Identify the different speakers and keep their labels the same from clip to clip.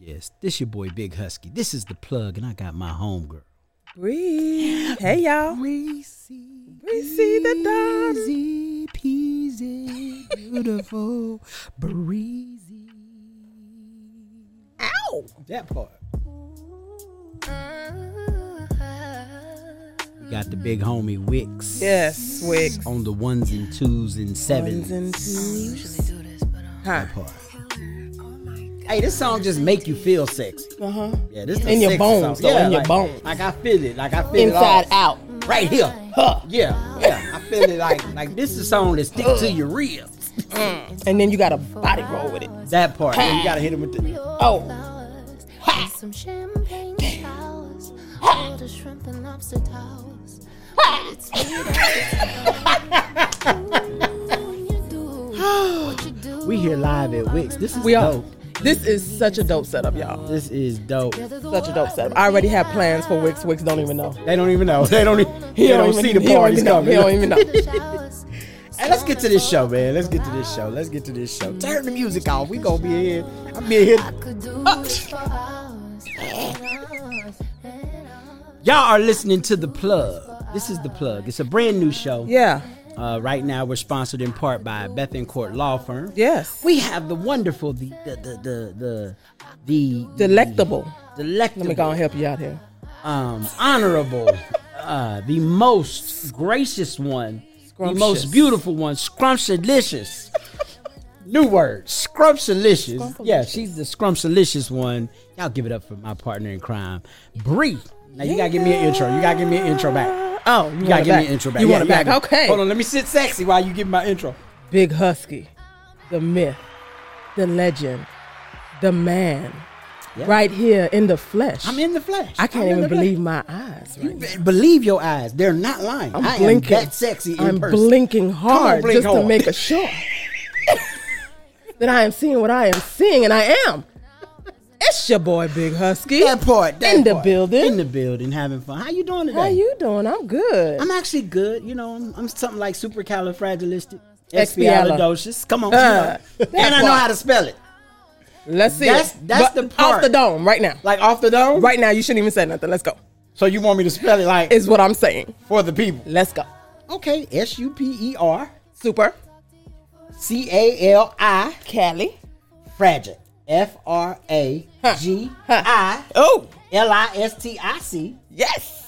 Speaker 1: Yes, this your boy Big Husky. This is the plug, and I got my homegirl.
Speaker 2: Bree. Hey, y'all.
Speaker 1: Greasy,
Speaker 2: Greasy the daughter.
Speaker 1: easy peasy, beautiful, breezy.
Speaker 2: Ow.
Speaker 1: That part. We got the big homie Wicks.
Speaker 2: Yes, Wix.
Speaker 1: On the ones and twos and sevens.
Speaker 2: Ones and twos. Huh.
Speaker 1: That part. Hey, this song just make you feel sexy.
Speaker 2: Uh-huh.
Speaker 1: Yeah, this the
Speaker 2: In your
Speaker 1: sexy
Speaker 2: bones,
Speaker 1: song.
Speaker 2: though, in your
Speaker 1: like,
Speaker 2: bones.
Speaker 1: Like I feel it. Like I feel it
Speaker 2: Inside
Speaker 1: all.
Speaker 2: out.
Speaker 1: Right here.
Speaker 2: Huh.
Speaker 1: Yeah, yeah. I feel it like like this is a song that stick to your ribs.
Speaker 2: And then you got to body roll with it.
Speaker 1: That part. And you gotta hit him with the
Speaker 2: Oh. Ha.
Speaker 3: Some champagne showers, all the shrimp and lobster towers. But it's sweet as it's Ooh, when you do what you do.
Speaker 1: We here live at Wix. This is
Speaker 2: We are.
Speaker 1: dope.
Speaker 2: This is such a dope setup, y'all.
Speaker 1: This is dope.
Speaker 2: Such a dope setup. I already have plans for Wix. Wix don't even know.
Speaker 1: They don't even know. They don't even
Speaker 2: He
Speaker 1: they don't,
Speaker 2: even,
Speaker 1: see the
Speaker 2: he don't
Speaker 1: parties
Speaker 2: even know.
Speaker 1: coming.
Speaker 2: He don't even know.
Speaker 1: Hey, let's get to this show, man. Let's get to this show. Let's get to this show. Turn the music off. We gonna be here. I'm here.
Speaker 3: Could do it for hours and hours and hours.
Speaker 1: Y'all are listening to the plug. This is the plug. It's a brand new show.
Speaker 2: Yeah.
Speaker 1: Uh, right now, we're sponsored in part by Bethencourt Law Firm.
Speaker 2: Yes.
Speaker 1: We have the wonderful, the the the the the, the
Speaker 2: Delectable. Let me
Speaker 1: delectable,
Speaker 2: go and help you out here.
Speaker 1: um, honorable, uh, the most gracious one, the most
Speaker 2: Scrumptious.
Speaker 1: beautiful one, scrumptious. New word, scrumptious. Yeah, she's the scrumptious one. Y'all give it up for my partner in crime, Bree. Now you gotta give me an intro. You gotta give me an intro back.
Speaker 2: Oh, you,
Speaker 1: You
Speaker 2: want
Speaker 1: gotta
Speaker 2: it
Speaker 1: give
Speaker 2: back.
Speaker 1: me an intro back.
Speaker 2: You
Speaker 1: Yeah,
Speaker 2: want it back?
Speaker 1: gotta-
Speaker 2: Okay.
Speaker 1: Hold on, let me sit sexy while you give my intro.
Speaker 2: Big Husky, the myth, the legend, the man,
Speaker 1: Yeah.
Speaker 2: right here in the flesh.
Speaker 1: I'm in the flesh.
Speaker 2: I can't
Speaker 1: I'm in
Speaker 2: even
Speaker 1: the flesh.
Speaker 2: believe my eyes. Right now.
Speaker 1: Be- Believe your eyes. They're not lying.
Speaker 2: I'm
Speaker 1: I am
Speaker 2: blinking.
Speaker 1: that sexy in
Speaker 2: I'm
Speaker 1: person.
Speaker 2: blinking hard
Speaker 1: blink
Speaker 2: just
Speaker 1: hard.
Speaker 2: to make a sure that I am seeing what I am seeing, and I am. It's your boy, Big Husky.
Speaker 1: That part. that
Speaker 2: in the
Speaker 1: part.
Speaker 2: building.
Speaker 1: In the building, having fun. How you doing today?
Speaker 2: How you doing? I'm good.
Speaker 1: I'm actually good. You know, I'm, I'm something like supercalifragilistic.
Speaker 2: Expiala.
Speaker 1: Expialidocious. Come on. you
Speaker 2: Uh,
Speaker 1: know.
Speaker 2: that
Speaker 1: And I know
Speaker 2: part.
Speaker 1: how to spell it.
Speaker 2: Let's see.
Speaker 1: that's-
Speaker 2: it.
Speaker 1: that's the part.
Speaker 2: off the dome right now.
Speaker 1: Like off the dome?
Speaker 2: Right now, you shouldn't even say nothing. Let's go.
Speaker 1: So you want me to spell it like
Speaker 2: Is what I'm saying.
Speaker 1: for the people.
Speaker 2: Let's go.
Speaker 1: Okay. S U P E R
Speaker 2: Super.
Speaker 1: C A L I
Speaker 2: Cali.
Speaker 1: fragile. F R A G I
Speaker 2: Oh,
Speaker 1: L I S T I C.
Speaker 2: yes.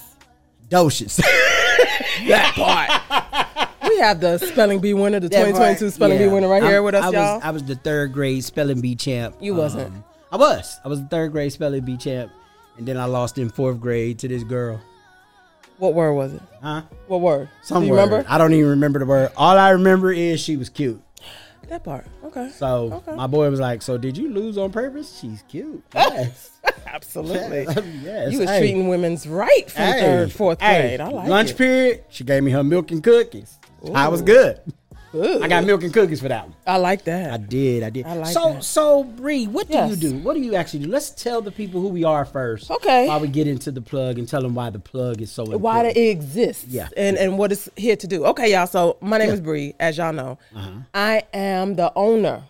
Speaker 1: Docious.
Speaker 2: That part. we have the spelling bee winner, the
Speaker 1: That
Speaker 2: 2022
Speaker 1: part,
Speaker 2: spelling
Speaker 1: yeah.
Speaker 2: bee winner right here
Speaker 1: I'm-
Speaker 2: with us,
Speaker 1: I was,
Speaker 2: y'all.
Speaker 1: I was the third grade spelling bee champ. Um,
Speaker 2: You wasn't.
Speaker 1: I was. I was the third grade spelling bee champ, and then I lost in fourth grade to this girl.
Speaker 2: what word was it?
Speaker 1: Huh?
Speaker 2: What word?
Speaker 1: Some
Speaker 2: Do you
Speaker 1: word.
Speaker 2: remember?
Speaker 1: I don't even remember the word. All I remember is she was cute.
Speaker 2: that part. Okay.
Speaker 1: So
Speaker 2: Okay.
Speaker 1: my boy was like, "So did you lose on purpose? She's cute." Yes.
Speaker 2: Absolutely.
Speaker 1: yes.
Speaker 2: You was
Speaker 1: Hey.
Speaker 2: treating women's right from
Speaker 1: Hey.
Speaker 2: third, fourth
Speaker 1: Hey.
Speaker 2: grade. I like
Speaker 1: lunch
Speaker 2: it.
Speaker 1: period. She gave me her milk and cookies. I was good.
Speaker 2: Ooh.
Speaker 1: I got milk and cookies for that one.
Speaker 2: I like
Speaker 1: I
Speaker 2: that.
Speaker 1: did, I did.
Speaker 2: I like
Speaker 1: so,
Speaker 2: that.
Speaker 1: so Bree, what do
Speaker 2: Yes.
Speaker 1: you do? What do you actually do? Let's tell the people who we are first.
Speaker 2: Okay.
Speaker 1: While we get into the plug and tell them why the plug is so important.
Speaker 2: Why it exists
Speaker 1: Yeah.
Speaker 2: and, and what it's here to do. Okay, y'all. So, my name is Bree, as y'all know.
Speaker 1: Uh-huh.
Speaker 2: I am the owner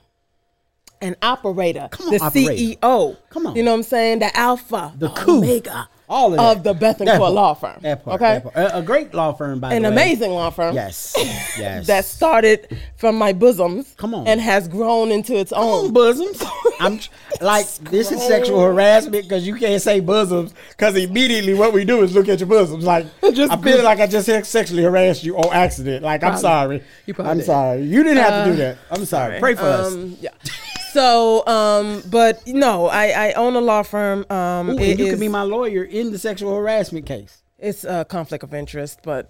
Speaker 2: and operator,
Speaker 1: Come on,
Speaker 2: the
Speaker 1: operator.
Speaker 2: CEO.
Speaker 1: Come on.
Speaker 2: You know what I'm saying? The alpha,
Speaker 1: the coup,
Speaker 2: omega
Speaker 1: all of,
Speaker 2: of the
Speaker 1: that.
Speaker 2: Bethencourt
Speaker 1: That part.
Speaker 2: Law Firm.
Speaker 1: That part,
Speaker 2: okay.
Speaker 1: that part. A, a great law firm, by
Speaker 2: An
Speaker 1: the way.
Speaker 2: amazing law firm.
Speaker 1: Yes, yes.
Speaker 2: That started from my bosoms.
Speaker 1: Come on.
Speaker 2: And has grown into its own.
Speaker 1: on bosoms. Oh. I'm tr- like this is sexual harassment because you can't say bosoms because immediately what we do is look at your bosoms. Like
Speaker 2: Just
Speaker 1: I feel like I just sex- sexually harassed you on accident. Like I'm sorry.
Speaker 2: You probably
Speaker 1: I'm
Speaker 2: did. Uh,
Speaker 1: sorry. You didn't have to do that. I'm sorry. Pray for us.
Speaker 2: Um, yeah. So, um, but no, I, I own a law firm. Um,
Speaker 1: Ooh,
Speaker 2: it
Speaker 1: and you
Speaker 2: is-
Speaker 1: could be my lawyer in the sexual harassment case.
Speaker 2: it's a conflict of interest, but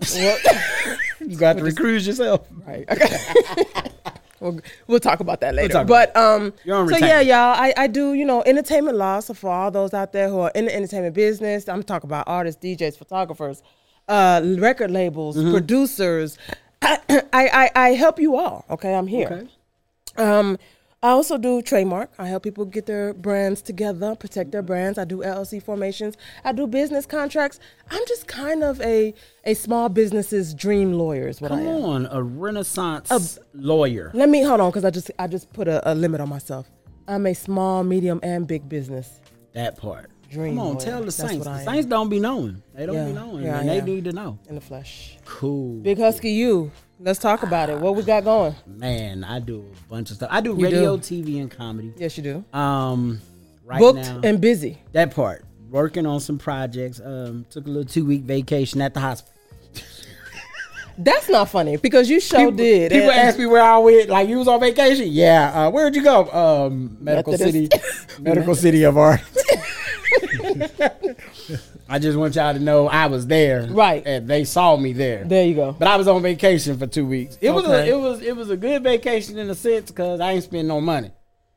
Speaker 1: You got to recruit yourself.
Speaker 2: right. Okay. we'll, we'll talk about that later.
Speaker 1: talk about
Speaker 2: but um,
Speaker 1: You're on
Speaker 2: so yeah,
Speaker 1: retainer.
Speaker 2: y'all, I, I do you know entertainment law. So for all those out there who are in the entertainment business, I'm talking about artists, DJs, photographers, uh, record labels,
Speaker 1: Mm-hmm.
Speaker 2: producers. I, I I help you all. Okay, I'm here.
Speaker 1: Okay.
Speaker 2: Um, I also do trademark. I help people get their brands together, protect their brands. I do LLC formations. I do business contracts. I'm just kind of a a small business's dream lawyer is what I
Speaker 1: Come
Speaker 2: am.
Speaker 1: on, a renaissance lawyer.
Speaker 2: Let me hold on because I just I just put a, a limit on myself. I'm a small, medium, and big business
Speaker 1: That part.
Speaker 2: Dream
Speaker 1: Come on,
Speaker 2: lawyer.
Speaker 1: tell the
Speaker 2: That's
Speaker 1: Saints.
Speaker 2: what I
Speaker 1: The
Speaker 2: am.
Speaker 1: Saints don't be knowing. They don't
Speaker 2: Yeah,
Speaker 1: be knowing.
Speaker 2: yeah,
Speaker 1: and
Speaker 2: yeah.
Speaker 1: they need to know.
Speaker 2: in the flesh.
Speaker 1: Cool.
Speaker 2: Big Husky, you. Let's talk about it. What we got going?
Speaker 1: Man, I do a bunch of stuff. I do
Speaker 2: You
Speaker 1: radio,
Speaker 2: do.
Speaker 1: TV, and comedy.
Speaker 2: Yes, you do.
Speaker 1: Um, right
Speaker 2: Booked
Speaker 1: now,
Speaker 2: and busy.
Speaker 1: that part. Working on some projects. Um, took a little two week vacation at the hospital.
Speaker 2: That's not funny because you sure
Speaker 1: People-
Speaker 2: did.
Speaker 1: People
Speaker 2: And-
Speaker 1: ask me where I went. Like you was on vacation. Yeah. Uh, where'd you go? Um, Medical City,
Speaker 2: Methodist.
Speaker 1: Medical City of Art. I just want y'all to know I was there.
Speaker 2: Right.
Speaker 1: And they saw me there.
Speaker 2: There you go.
Speaker 1: But I was on vacation for two weeks. It was a,
Speaker 2: Okay.
Speaker 1: it was it was a good vacation in a sense because I ain't spend no money.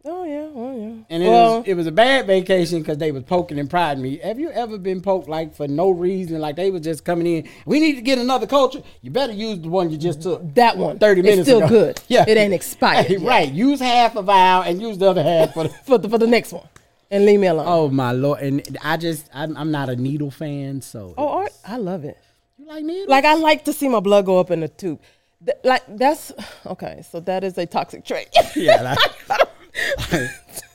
Speaker 2: Oh yeah, oh yeah.
Speaker 1: And it,
Speaker 2: well,
Speaker 1: was, it was a bad vacation because they was poking and prodding me. Have you ever been poked like for no reason? Like they was just coming in. We need to get another culture. You better use the one you just took.
Speaker 2: that one.
Speaker 1: 30 minutes
Speaker 2: It's still
Speaker 1: ago.
Speaker 2: good.
Speaker 1: Yeah.
Speaker 2: It ain't expired.
Speaker 1: Hey,
Speaker 2: yet.
Speaker 1: Right. Use half of ours and use the other half for the.
Speaker 2: For the for the next one. And leave me alone. Oh,
Speaker 1: Oh my lord! And I just I'm, I'm not a needle fan, so
Speaker 2: art. I love it.
Speaker 1: you like needles?
Speaker 2: Like I like to see my blood go up in the tube. Th- like that's okay, so that is a toxic trait.
Speaker 1: yeah.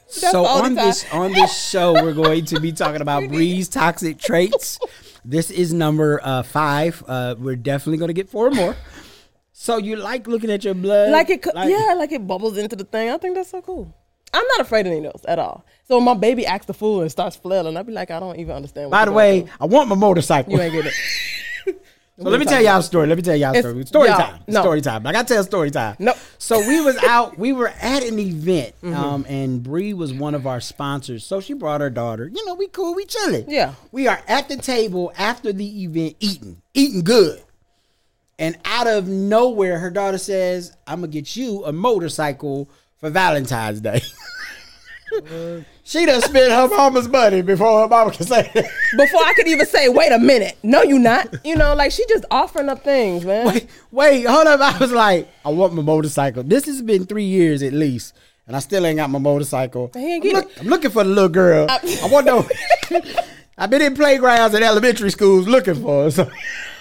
Speaker 1: so
Speaker 2: the only
Speaker 1: on
Speaker 2: time.
Speaker 1: this on this show, we're going to be talking about Bree's toxic traits. This is number uh, five. Uh, we're definitely going to get four more. So you like looking at your blood?
Speaker 2: like it, co- yeah, like it bubbles into the thing. I think that's so cool. I'm not afraid of needles at all. So when my baby acts the fool and starts flailing, I'd be like, I don't even understand. What
Speaker 1: By
Speaker 2: you're
Speaker 1: the
Speaker 2: going
Speaker 1: way, I want my motorcycle.
Speaker 2: through. you ain't get it.
Speaker 1: So let me tell y'all a story. Let me tell y'all a
Speaker 2: It's-
Speaker 1: story. Story
Speaker 2: y'all,
Speaker 1: time.
Speaker 2: no.
Speaker 1: Story time. Like I tell story time.
Speaker 2: No. Mm-hmm.
Speaker 1: So we was out, we were at an event, um, and Bree was one of our sponsors. So she brought her daughter. You know, we cool, we chilling.
Speaker 2: Yeah.
Speaker 1: We are at the table after the event eating, eating good. And out of nowhere, her daughter says, I'm gonna get you a motorcycle for Valentine's Day. she done spent her mama's money before her mama can say that.
Speaker 2: Before I could even say, wait a minute, no, you not. You know, like she just offering up things, man.
Speaker 1: wait, wait, hold up. I was like, I want my motorcycle. This has been three years at least, and I still ain't got my motorcycle.
Speaker 2: He ain't
Speaker 1: I'm,
Speaker 2: get
Speaker 1: I'm looking for the little girl. I, want no. I've been in playgrounds at elementary schools looking for her, so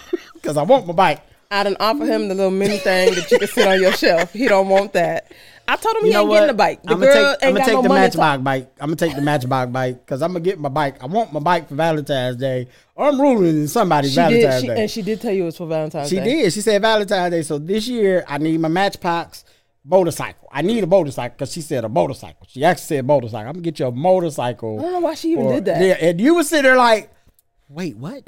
Speaker 1: because I want my bike.
Speaker 2: I done offer him the little mini thing that you can sit on your shelf. He don't want that. I told him he ain't getting a bike. The
Speaker 1: I'm gonna
Speaker 2: girl
Speaker 1: take,
Speaker 2: ain't
Speaker 1: I'm gonna
Speaker 2: got
Speaker 1: take
Speaker 2: no
Speaker 1: the
Speaker 2: money. to-
Speaker 1: Matchbox bike. I'm gonna take the Matchbox bike because I'm gonna get my bike. I want my bike for Valentine's Day. I'm ruling in somebody's
Speaker 2: She
Speaker 1: Valentine's
Speaker 2: did, she,
Speaker 1: Day.
Speaker 2: and she did tell you it was for Valentine's
Speaker 1: She
Speaker 2: Day.
Speaker 1: did. She said Valentine's Day. So this year I need my Matchbox motorcycle. I need a motorcycle because she said a motorcycle. She actually said motorcycle. I'm gonna get you a motorcycle.
Speaker 2: I don't know why she even did that.
Speaker 1: Yeah, and you were sitting there like, wait, what?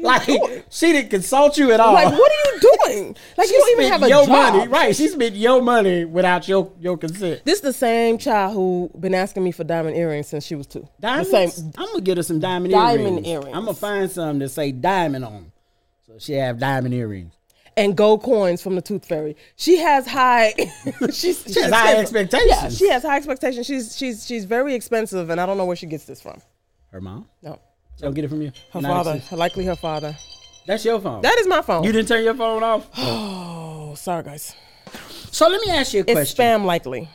Speaker 1: like she didn't consult you at all.
Speaker 2: Like, what are you doing? Like, you don't even have
Speaker 1: Spent
Speaker 2: a
Speaker 1: your
Speaker 2: job.
Speaker 1: money, right? She spent your money without your your consent.
Speaker 2: This the same child who been asking me for diamond earrings since she was two.
Speaker 1: Diamonds.
Speaker 2: The same.
Speaker 1: I'm gonna get her some diamond,
Speaker 2: Diamond
Speaker 1: earrings.
Speaker 2: earrings.
Speaker 1: I'm gonna find some that say diamond on, 'em. so she have diamond earrings.
Speaker 2: And gold coins from the Tooth Fairy. She has high. she's, she
Speaker 1: has high expectations.
Speaker 2: Yeah, she has high expectations. She's she's she's very expensive, and I don't know where she gets this from.
Speaker 1: Her mom.
Speaker 2: No,
Speaker 1: She don't get it from you.
Speaker 2: her
Speaker 1: Not
Speaker 2: father,
Speaker 1: exist.
Speaker 2: likely her father.
Speaker 1: That's your phone.
Speaker 2: That is my phone.
Speaker 1: You didn't turn your phone off.
Speaker 2: oh, sorry guys.
Speaker 1: So let me ask you a
Speaker 2: It's
Speaker 1: question.
Speaker 2: spam likely.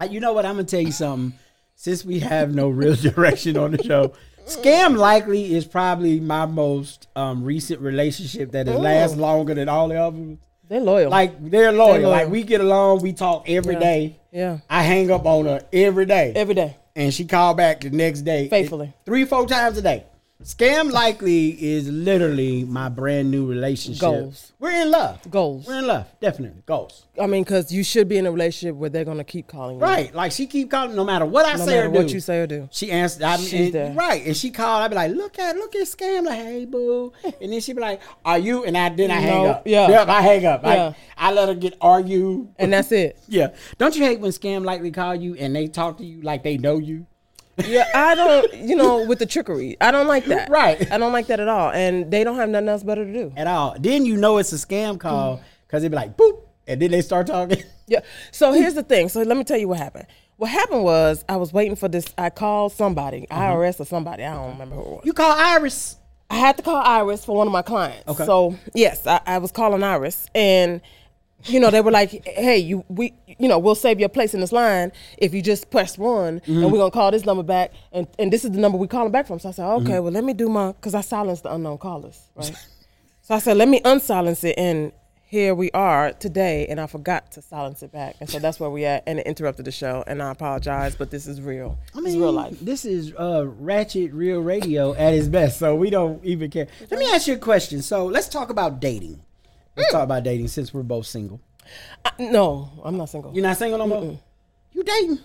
Speaker 1: Uh, You know what? I'm gonna tell you something. Since we have no real direction on the show, scam likely is probably my most um, recent relationship that has lasted longer than all the others.
Speaker 2: They're loyal.
Speaker 1: Like they're loyal.
Speaker 2: They're Oh. loyal.
Speaker 1: Like we get along. We talk every
Speaker 2: Yeah.
Speaker 1: day.
Speaker 2: Yeah.
Speaker 1: I hang up on her every day,
Speaker 2: every day.
Speaker 1: and she called back the next day
Speaker 2: Faithfully.
Speaker 1: three, four times a day. Scam likely is literally my brand new relationship.
Speaker 2: Goals.
Speaker 1: We're in love.
Speaker 2: Goals.
Speaker 1: We're in love. Definitely goals.
Speaker 2: I mean, because you should be in a relationship where they're gonna keep calling you.
Speaker 1: Right. Like she keep calling no matter what I
Speaker 2: No
Speaker 1: say
Speaker 2: matter
Speaker 1: or do.
Speaker 2: what you say or do.
Speaker 1: She answered I mean,
Speaker 2: She's
Speaker 1: and-
Speaker 2: there.
Speaker 1: right. And she called, I'd be like, look at look at scam. Like, hey boo. And then she'd be like, Are you? And I then I hang
Speaker 2: No,
Speaker 1: up.
Speaker 2: yeah.
Speaker 1: Yep, I hang up. Like,
Speaker 2: Yeah.
Speaker 1: I let her get are you?
Speaker 2: And that's it.
Speaker 1: Yeah. Don't you hate when scam likely call you and they talk to you like they know you?
Speaker 2: Yeah, I don't, you know, with the trickery. I don't like that.
Speaker 1: Right.
Speaker 2: I don't like that at all. And they don't have nothing else better to do.
Speaker 1: At all. Then you know it's a scam
Speaker 2: Mm.
Speaker 1: call because it'd be like boop. And then they start talking.
Speaker 2: Yeah. So here's the thing. So let me tell you what happened. What happened was I was waiting for this. I called somebody, IRS or somebody. I don't remember who it was.
Speaker 1: You call Iris.
Speaker 2: I had to call Iris for one of my clients.
Speaker 1: Okay.
Speaker 2: So yes, I, I was calling Iris, and you know they were like, "Hey, you we you know we'll save your place in this line if you just press one,
Speaker 1: Mm-hmm.
Speaker 2: and we're gonna call this number back, and and this is the number we calling back from." So I said, "Okay,
Speaker 1: Mm-hmm.
Speaker 2: well let me do my because I silenced the unknown callers, right?" so I said, "Let me unsilence it," and here we are today, and I forgot to silence it back, and so that's where we at, and it interrupted the show, and I apologize, but this is real.
Speaker 1: I
Speaker 2: it's
Speaker 1: mean,
Speaker 2: real life.
Speaker 1: This is uh, ratchet real radio at its best, so we don't even care. Let me ask you a question. So let's talk about dating. Let's talk about dating since we're both single.
Speaker 2: I- no, I'm not single.
Speaker 1: You're not single no more. You dating?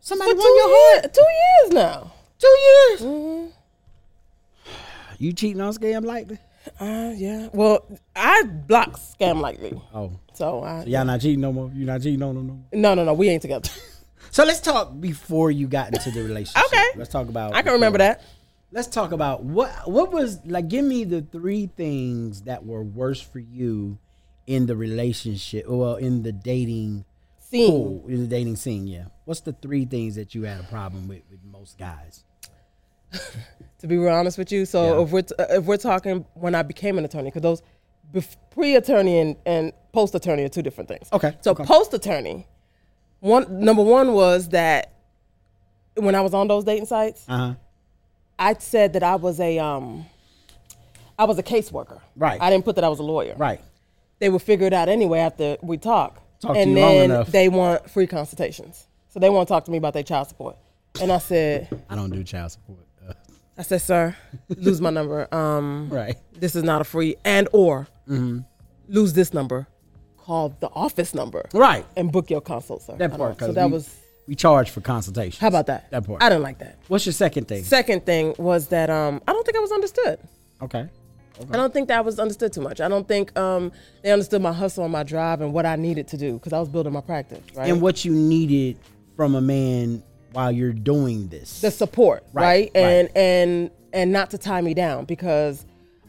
Speaker 1: Somebody
Speaker 2: For two,
Speaker 1: won your heart.
Speaker 2: years, two years Mm-hmm. now.
Speaker 1: Two years. You cheating on scam likely?
Speaker 2: Uh, yeah. Well, I block scam likely,
Speaker 1: Oh,
Speaker 2: so I.
Speaker 1: y'all not cheating no more. You not cheating on them no more.
Speaker 2: No, no, no. We ain't together.
Speaker 1: So let's talk before you got into the relationship.
Speaker 2: Okay.
Speaker 1: Let's talk about.
Speaker 2: I can remember that.
Speaker 1: Let's talk about what what was like. Give me the three things that were worse for you in the relationship. Well, in the dating
Speaker 2: Scene.
Speaker 1: pool, in the dating scene. Yeah. What's the three things that you had a problem with with most guys?
Speaker 2: to be real honest with you. So
Speaker 1: Yeah.
Speaker 2: if we're t- uh, if we're talking when I became an attorney, because those bef- pre-attorney and, and post-attorney are two different things.
Speaker 1: Okay,
Speaker 2: So
Speaker 1: okay.
Speaker 2: post-attorney, one number one was that when I was on those dating sites,
Speaker 1: Uh huh.
Speaker 2: I said that I was a um, I was a caseworker.
Speaker 1: Right.
Speaker 2: I didn't put that I was a lawyer.
Speaker 1: Right.
Speaker 2: They would figure it out anyway after we talk.
Speaker 1: Talk to
Speaker 2: and
Speaker 1: you long
Speaker 2: then
Speaker 1: enough.
Speaker 2: they want free consultations. So they want to talk to me about their child support. And I said,
Speaker 1: I don't do child support. Uh,
Speaker 2: I said, sir, lose my number. Um,
Speaker 1: right.
Speaker 2: this is not a free and or
Speaker 1: Mm-hmm.
Speaker 2: lose this number call the office number
Speaker 1: Right.
Speaker 2: and book your consult sir I
Speaker 1: That
Speaker 2: don't
Speaker 1: part.
Speaker 2: know.
Speaker 1: 'cause
Speaker 2: so that
Speaker 1: we-
Speaker 2: was
Speaker 1: we charge for consultation.
Speaker 2: how about that
Speaker 1: That part.
Speaker 2: i didn't like that
Speaker 1: What's your second thing?
Speaker 2: second thing was that um i don't think i was understood
Speaker 1: okay.
Speaker 2: i don't think that i was understood too much i don't think um they understood my hustle and my drive and what i needed to do because i was building my practice right
Speaker 1: And what you needed from a man while you're doing this.
Speaker 2: the support,
Speaker 1: Right,
Speaker 2: right? And and and not to tie me down because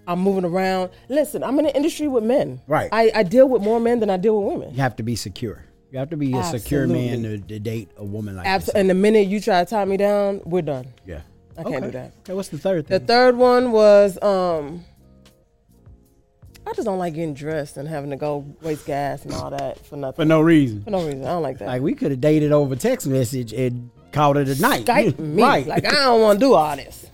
Speaker 2: I'm moving around. Listen, I'm in an industry with men.
Speaker 1: Right.
Speaker 2: I, I deal with more men than I deal with women.
Speaker 1: you have to be secure. You have to be a secure man to, to date a woman like
Speaker 2: Abs-
Speaker 1: this.
Speaker 2: and the minute you try to tie me down, we're done.
Speaker 1: Yeah.
Speaker 2: I can't
Speaker 1: okay.
Speaker 2: do that.
Speaker 1: Okay, what's the third
Speaker 2: The
Speaker 1: thing?
Speaker 2: third one was um I just don't like getting dressed and having to go waste gas and all that for nothing.
Speaker 1: For no reason.
Speaker 2: For no reason. I don't like that.
Speaker 1: Like we could have dated over text message and called it a night.
Speaker 2: Skype
Speaker 1: mm,
Speaker 2: me.
Speaker 1: Right.
Speaker 2: Like I don't want to do all this.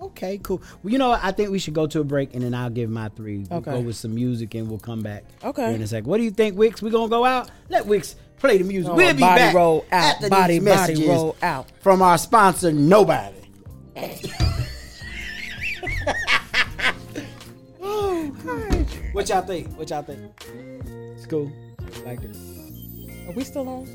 Speaker 1: okay, cool. Well, you know what? I think we should go to a break and then I'll give my three. We'll
Speaker 2: Okay.
Speaker 1: go with some music and we'll come back.
Speaker 2: Okay.
Speaker 1: here In a sec. What do you think, Wicks? we gonna go out? Let Wicks play the music.
Speaker 2: Come
Speaker 1: we'll
Speaker 2: on,
Speaker 1: be
Speaker 2: Oh, body
Speaker 1: back
Speaker 2: roll out,
Speaker 1: after
Speaker 2: body,
Speaker 1: these
Speaker 2: body
Speaker 1: messages
Speaker 2: roll out.
Speaker 1: from our sponsor, Nobody. What y'all think? What y'all think? It's cool. Like it.
Speaker 2: Are we still on?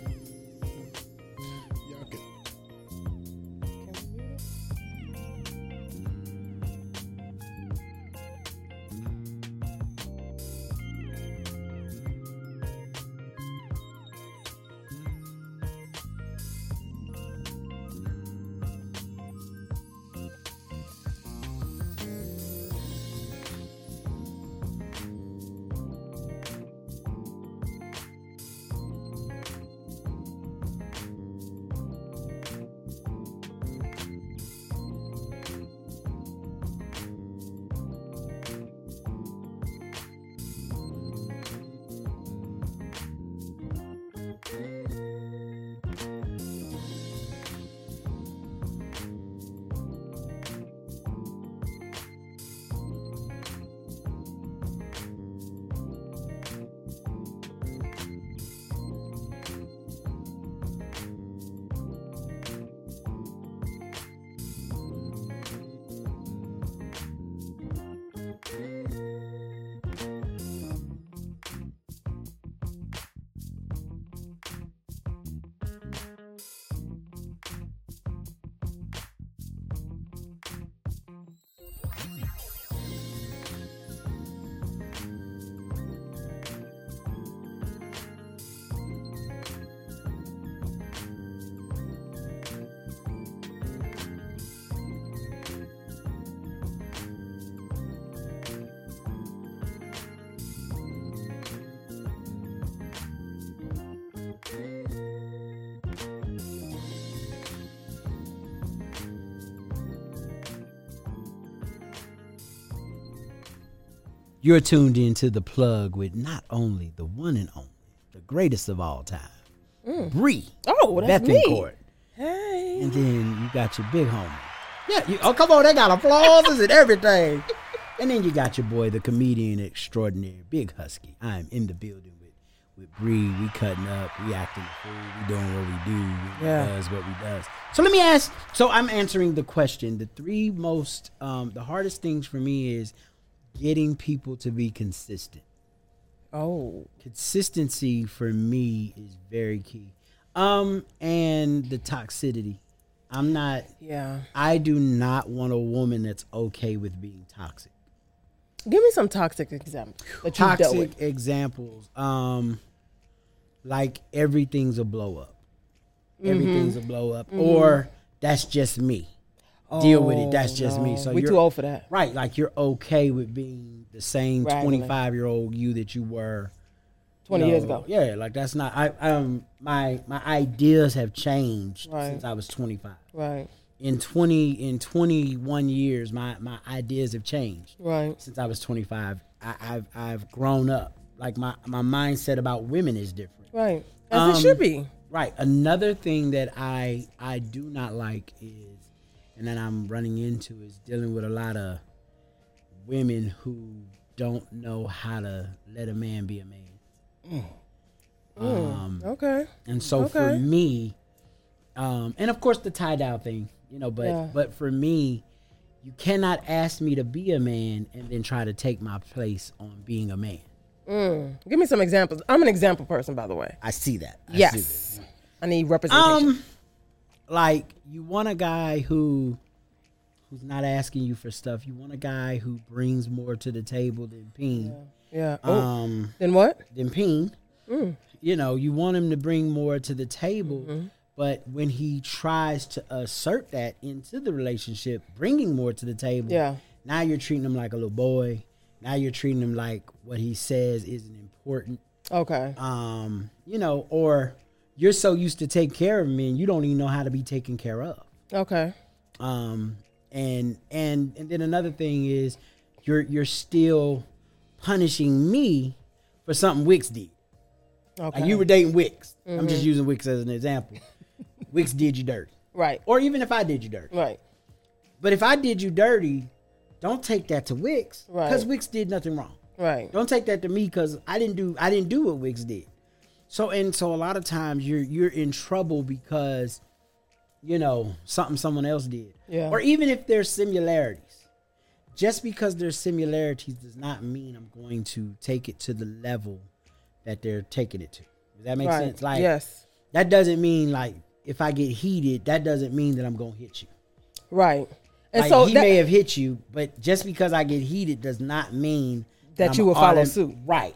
Speaker 1: You're tuned into the plug with not only the one and only, the greatest of all time, Bree.
Speaker 2: Oh, that's me.
Speaker 1: Bethencourt.
Speaker 2: Hey.
Speaker 1: And then you got your big homie. Yeah, you, oh come on, they got applauses and everything. And then you got your boy, the comedian extraordinaire, Big Husky. I am in the building with with Bree. We cutting up, we acting the fool, we doing what we do, we
Speaker 2: Yeah.
Speaker 1: does what we does. So let me ask. So I'm answering the question. The three most, um, the hardest things for me is getting people to be consistent
Speaker 2: Oh,
Speaker 1: consistency for me is very key. Um, and the toxicity. I'm not.
Speaker 2: yeah.
Speaker 1: I do not want a woman that's okay with being toxic.
Speaker 2: Give me some toxic examples that you've dealt with.
Speaker 1: Toxic examples. Um, like everything's a blow up. Everything's
Speaker 2: Mm-hmm.
Speaker 1: a blow up, or that's just me. Deal with it. That's just me.
Speaker 2: Oh, no.
Speaker 1: So
Speaker 2: We
Speaker 1: you're-
Speaker 2: too old for that.
Speaker 1: right? Like you're okay with being the same
Speaker 2: Right, like-
Speaker 1: 25 year old you that you were
Speaker 2: 20 years
Speaker 1: No,
Speaker 2: ago.
Speaker 1: Yeah, like that's not. I um my my ideas have changed
Speaker 2: Right.
Speaker 1: since I was 25.
Speaker 2: Right,
Speaker 1: In 20 in 21 years, my my ideas have changed
Speaker 2: right.
Speaker 1: since I was 25. I, I've I've grown up. Like my my mindset about women is different.
Speaker 2: Right. As it
Speaker 1: Um,
Speaker 2: should be.
Speaker 1: Right. Another thing that I I do not like is, and that I'm running into is dealing with a lot of women who don't know how to let a man be a man. Um,
Speaker 2: Okay.
Speaker 1: and so for
Speaker 2: Okay.
Speaker 1: me, um, and of course the tie dye thing, you know, but
Speaker 2: Yeah.
Speaker 1: but for me, you cannot ask me to be a man and then try to take my place on being a man.
Speaker 2: Mm. Give me some examples. I'm an example person, by the way.
Speaker 1: I see that. I see that.
Speaker 2: yes. I need representation.
Speaker 1: Um, like you want a guy who who's not asking you for stuff. You want a guy who brings more to the table than Peen.
Speaker 2: yeah. Oh,
Speaker 1: Um,
Speaker 2: then what?
Speaker 1: than Peen.
Speaker 2: Mm.
Speaker 1: You know, you want him to bring more to the table,
Speaker 2: Mm-hmm.
Speaker 1: but when he tries to assert that into the relationship, bringing more to the table,
Speaker 2: Yeah.
Speaker 1: now you're treating him like a little boy. Now you're treating him like what he says isn't important.
Speaker 2: Okay.
Speaker 1: Um, you know, or you're so used to take care of me and you don't even know how to be taken care of
Speaker 2: Okay.
Speaker 1: um and and and then another thing is you're you're still punishing me for something wicks did
Speaker 2: Okay.
Speaker 1: like you were dating wicks i'm just using wicks as an example wicks did you dirty
Speaker 2: right.
Speaker 1: or even if i did you dirty
Speaker 2: Right.
Speaker 1: but if i did you dirty don't take that to wicks because
Speaker 2: Right.
Speaker 1: wicks did nothing wrong
Speaker 2: Right.
Speaker 1: don't take that to me because I didn't do I didn't do what Wicks did. So and so a lot of times you're you're in trouble because you know something someone else did.
Speaker 2: Yeah.
Speaker 1: Or even if there's similarities. Just because there's similarities does not mean I'm going to take it to the level that they're taking it to. Does that make
Speaker 2: right.
Speaker 1: sense? Like
Speaker 2: yes.
Speaker 1: that doesn't mean like if I get heated, that doesn't mean that I'm gonna hit you.
Speaker 2: Right. And
Speaker 1: like
Speaker 2: so
Speaker 1: he
Speaker 2: that,
Speaker 1: may have hit you, but just because I get heated does not mean
Speaker 2: That
Speaker 1: I'm
Speaker 2: you will follow
Speaker 1: autom-
Speaker 2: suit.
Speaker 1: Right.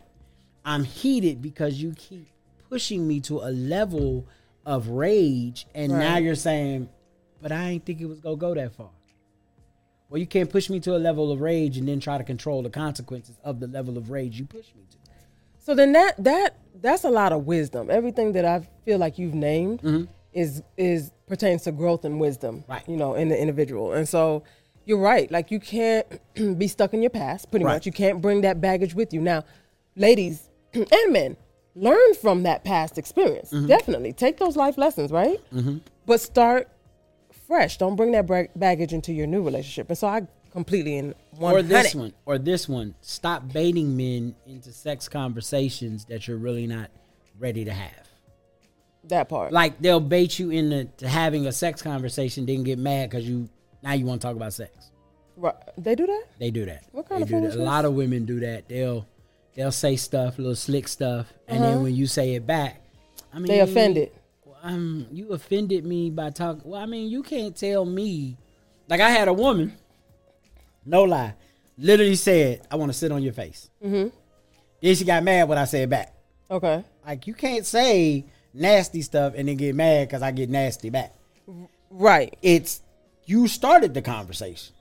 Speaker 1: I'm heated because you keep pushing me to a level of rage, and now
Speaker 2: Right.
Speaker 1: you're saying, "But I ain't think it was gonna go that far." Well, you can't push me to a level of rage and then try to control the consequences of the level of rage you push me to.
Speaker 2: so then that that that's a lot of wisdom. Everything that I feel like you've named is is pertains to growth and wisdom.
Speaker 1: Mm-hmm. Right.
Speaker 2: You know, in the individual. And so you're right. Like you can't be stuck in your past. Pretty
Speaker 1: Right.
Speaker 2: much, you can't bring that baggage with you. Now, ladies and men, learn from that past experience.
Speaker 1: Mm-hmm.
Speaker 2: Definitely take those life lessons. Right. But start fresh. Don't bring that bra- baggage into your new relationship. And so I completely in one
Speaker 1: Or this one, or this one. Stop baiting men into sex conversations that you're really not ready to have.
Speaker 2: that part.
Speaker 1: like they'll bait you into to having a sex conversation, then get mad because you now you want to talk about sex.
Speaker 2: Right. They do that?
Speaker 1: They do that.
Speaker 2: What kind
Speaker 1: they
Speaker 2: of
Speaker 1: do that. A
Speaker 2: foolishness?
Speaker 1: lot of women do that. They'll they'll say stuff, little slick stuff, and then when you say it back, I mean
Speaker 2: Uh-huh. They offended.
Speaker 1: Um, you offended me by talking. Well, I mean, you can't tell me. Like I had a woman, no lie, literally said, "I want to sit on your face." Mm-hmm. Then she got mad when I said back.
Speaker 2: Okay.
Speaker 1: Like you can't say nasty stuff and then get mad because I get nasty back.
Speaker 2: Right.
Speaker 1: it's you started the conversation.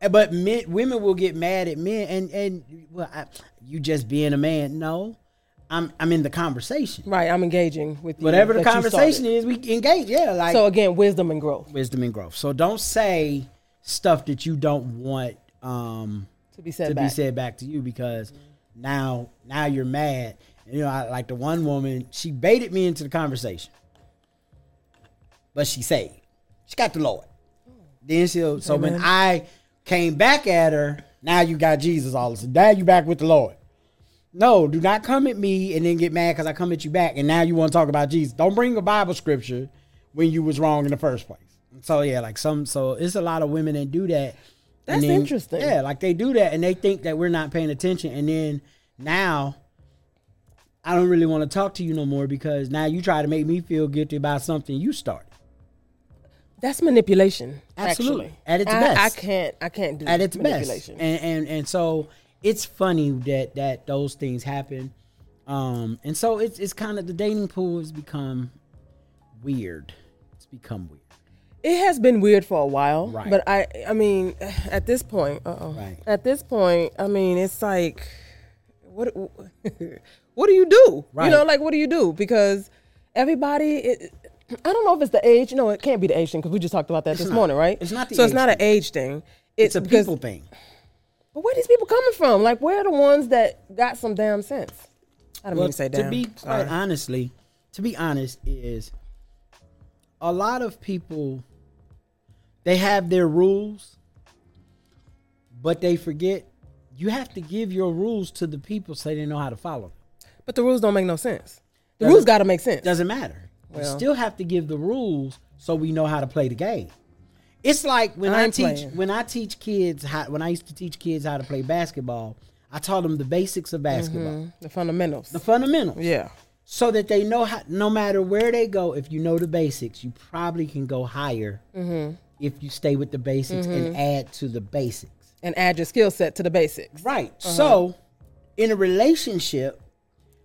Speaker 1: And- But men, women will get mad at men, and and well, I, you just being a man. No, I'm I'm in the conversation.
Speaker 2: Right. I'm engaging with you
Speaker 1: Whatever the
Speaker 2: that you
Speaker 1: conversation
Speaker 2: started.
Speaker 1: is, we engage. Yeah, like
Speaker 2: So again, wisdom and growth
Speaker 1: wisdom and growth. So don't say stuff that you don't want um,
Speaker 2: to be said
Speaker 1: to
Speaker 2: back.
Speaker 1: be said back to you because now now you're mad. You know, I, like the one woman, she baited me into the conversation, but she saved. She got the Lord. Then she will so when I came back at her, Now you got Jesus all of a sudden. Now you back with the Lord. No, do not come at me and then get mad because I come at you back. And now you want to talk about Jesus. Don't bring a Bible scripture when you was wrong in the first place. So yeah, like some so it's a lot of women that do that. And
Speaker 2: That's
Speaker 1: then-
Speaker 2: interesting.
Speaker 1: Yeah, like they do that and they think that we're not paying attention. And then now I don't really want to talk to you no more because now you try to make me feel guilty about something you started.
Speaker 2: That's manipulation.
Speaker 1: Absolutely.
Speaker 2: actually.
Speaker 1: At its
Speaker 2: I,
Speaker 1: best.
Speaker 2: I can't. I can't do
Speaker 1: at its best.
Speaker 2: manipulation.
Speaker 1: And and and so it's funny that that those things happen. Um and so it's it's kind of the dating pool has become weird. It's become weird.
Speaker 2: It has been weird for a while,
Speaker 1: Right.
Speaker 2: but I, I mean, at this point, uh oh,
Speaker 1: Right.
Speaker 2: at this point, I mean, it's like, what, what do you do?
Speaker 1: Right.
Speaker 2: You know, like what do you do? Because everybody, it, I don't know if it's the age. No, it can't be the age thing because we just talked about that this
Speaker 1: not.
Speaker 2: morning, right?
Speaker 1: It's not the
Speaker 2: so it's
Speaker 1: age
Speaker 2: not an age thing.
Speaker 1: It's a
Speaker 2: because-
Speaker 1: people thing.
Speaker 2: But where these people coming from? Like, where are the ones that got some damn sense? I don't mean to say
Speaker 1: to
Speaker 2: damn.
Speaker 1: be
Speaker 2: Sorry.
Speaker 1: quite honestly, to be honest, is a lot of people they have their rules, but they forget you have to give your rules to the people so they know how to follow. them.
Speaker 2: but the rules don't make no sense. The
Speaker 1: Doesn't-
Speaker 2: rules got to make sense.
Speaker 1: Doesn't matter. you
Speaker 2: Well.
Speaker 1: still have to give the rules so we know how to play the game. It's like when
Speaker 2: I
Speaker 1: I,
Speaker 2: ain't
Speaker 1: teach
Speaker 2: playing.
Speaker 1: when I teach kids how when I used to teach kids how to play basketball, I taught them the basics of basketball,
Speaker 2: The fundamentals.
Speaker 1: the fundamentals.
Speaker 2: Mm-hmm. yeah.
Speaker 1: so that they know how no matter where they go if you know the basics you probably can go higher
Speaker 2: Mm-hmm.
Speaker 1: if you stay with the basics and add to the basics
Speaker 2: and add your skill set to the basics.
Speaker 1: right so in a relationship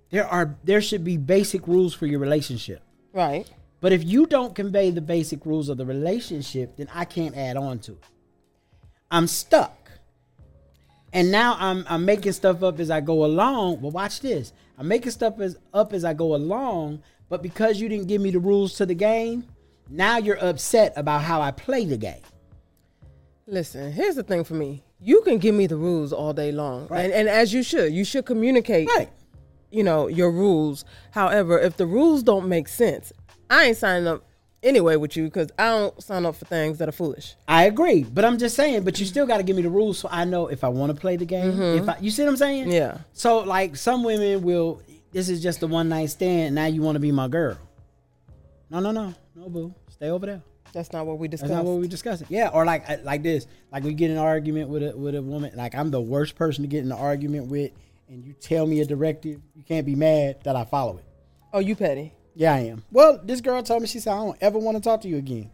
Speaker 1: there are there should be basic rules for your relationship
Speaker 2: Right.
Speaker 1: but if you don't convey the basic rules of the relationship then i can't add on to it i'm stuck and now I'm, I'm making stuff up as I go along. Well, watch this. I'm making stuff as, up as I go along, but because you didn't give me the rules to the game, now you're upset about how I play the game.
Speaker 2: Listen, here's the thing for me. You can give me the rules all day long.
Speaker 1: Right.
Speaker 2: And, and as you should, you should communicate,
Speaker 1: Right.
Speaker 2: you know, your rules. However, if the rules don't make sense, I ain't signing up anyway with you because I don't sign up for things that are foolish.
Speaker 1: I agree, but I'm just saying. But you still got to give me the rules so I know if I want to play the game. If I, you see what I'm saying?
Speaker 2: Yeah.
Speaker 1: So like some women will. This is just a one night stand. Now you want to be my girl? No, no, no, no, boo. Stay over there.
Speaker 2: That's not what we discussed.
Speaker 1: That's not what we discussing. Yeah, or like I- like this, like we get in an argument with a with a woman. Like I'm the worst person to get in an argument with, and you tell me a directive. You can't be mad that I follow it.
Speaker 2: oh, you petty.
Speaker 1: Yeah, I am. Well, this girl told me she said I don't ever want to talk to you again.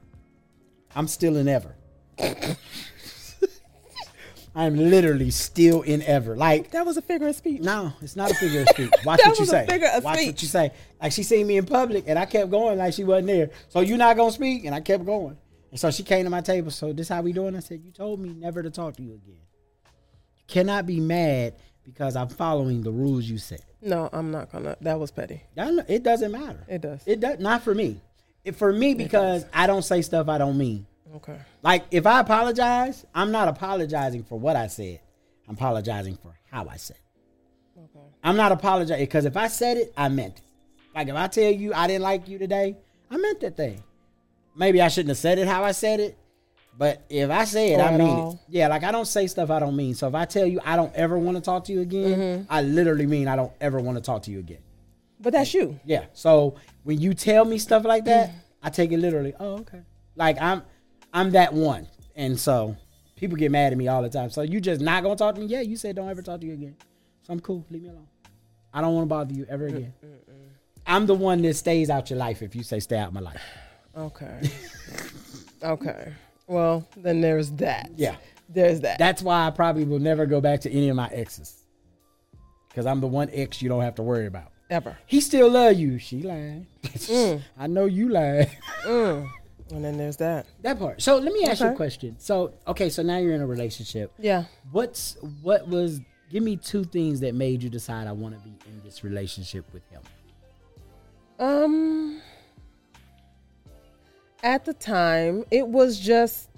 Speaker 1: I'm still in ever. I'm literally still in ever. Like
Speaker 2: That was a figure of speech.
Speaker 1: no, it's not a figure of speech. Watch
Speaker 2: That
Speaker 1: what you
Speaker 2: was a
Speaker 1: say.
Speaker 2: figure of
Speaker 1: Watch
Speaker 2: speech.
Speaker 1: what you say. Like she seen me in public and I kept going like she wasn't there. So you not gonna speak? And I kept going. And so she came to my table. So this how we doing? I said, You told me never to talk to you again. You cannot be mad because I'm following the rules you set.
Speaker 2: No, I'm not gonna. That was petty.
Speaker 1: I know- It doesn't matter.
Speaker 2: It does.
Speaker 1: It does not for me. It, for me because I don't say stuff I don't mean.
Speaker 2: Okay.
Speaker 1: Like if I apologize, I'm not apologizing for what I said. I'm apologizing for how I said. it.
Speaker 2: Okay.
Speaker 1: I'm not apologizing because if I said it, I meant it. Like if I tell you I didn't like you today, I meant that thing. Maybe I shouldn't have said it how I said it, but if I say it,
Speaker 2: Or
Speaker 1: I
Speaker 2: at
Speaker 1: mean it.
Speaker 2: all.
Speaker 1: Yeah, like I don't say stuff I don't mean. So if I tell you I don't ever want to talk to you again,
Speaker 2: Mm-hmm.
Speaker 1: I literally mean I don't ever want to talk to you again.
Speaker 2: But that's you.
Speaker 1: Yeah. So when you tell me stuff like that, I take it literally. Oh, okay. Like I'm I'm that one. And so people get mad at me all the time. So you just not gonna talk to me? Yeah, you said don't ever talk to you again. So I'm cool. Leave me alone. I don't wanna bother you ever again. I'm the one that stays out your life if you say stay out my life.
Speaker 2: Okay. okay. Well, then there's that.
Speaker 1: Yeah.
Speaker 2: There's that.
Speaker 1: That's why I probably will never go back to any of my exes. Cause I'm the one ex you don't have to worry about.
Speaker 2: Ever.
Speaker 1: He still love you. She lying. I know you lying.
Speaker 2: And then there's that.
Speaker 1: That part. So let me ask you a
Speaker 2: Okay.
Speaker 1: question. So okay, so now you're in a relationship.
Speaker 2: Yeah.
Speaker 1: What's what was? Give me two things that made you decide I want to be in this relationship with him.
Speaker 2: Um, at the time, it was just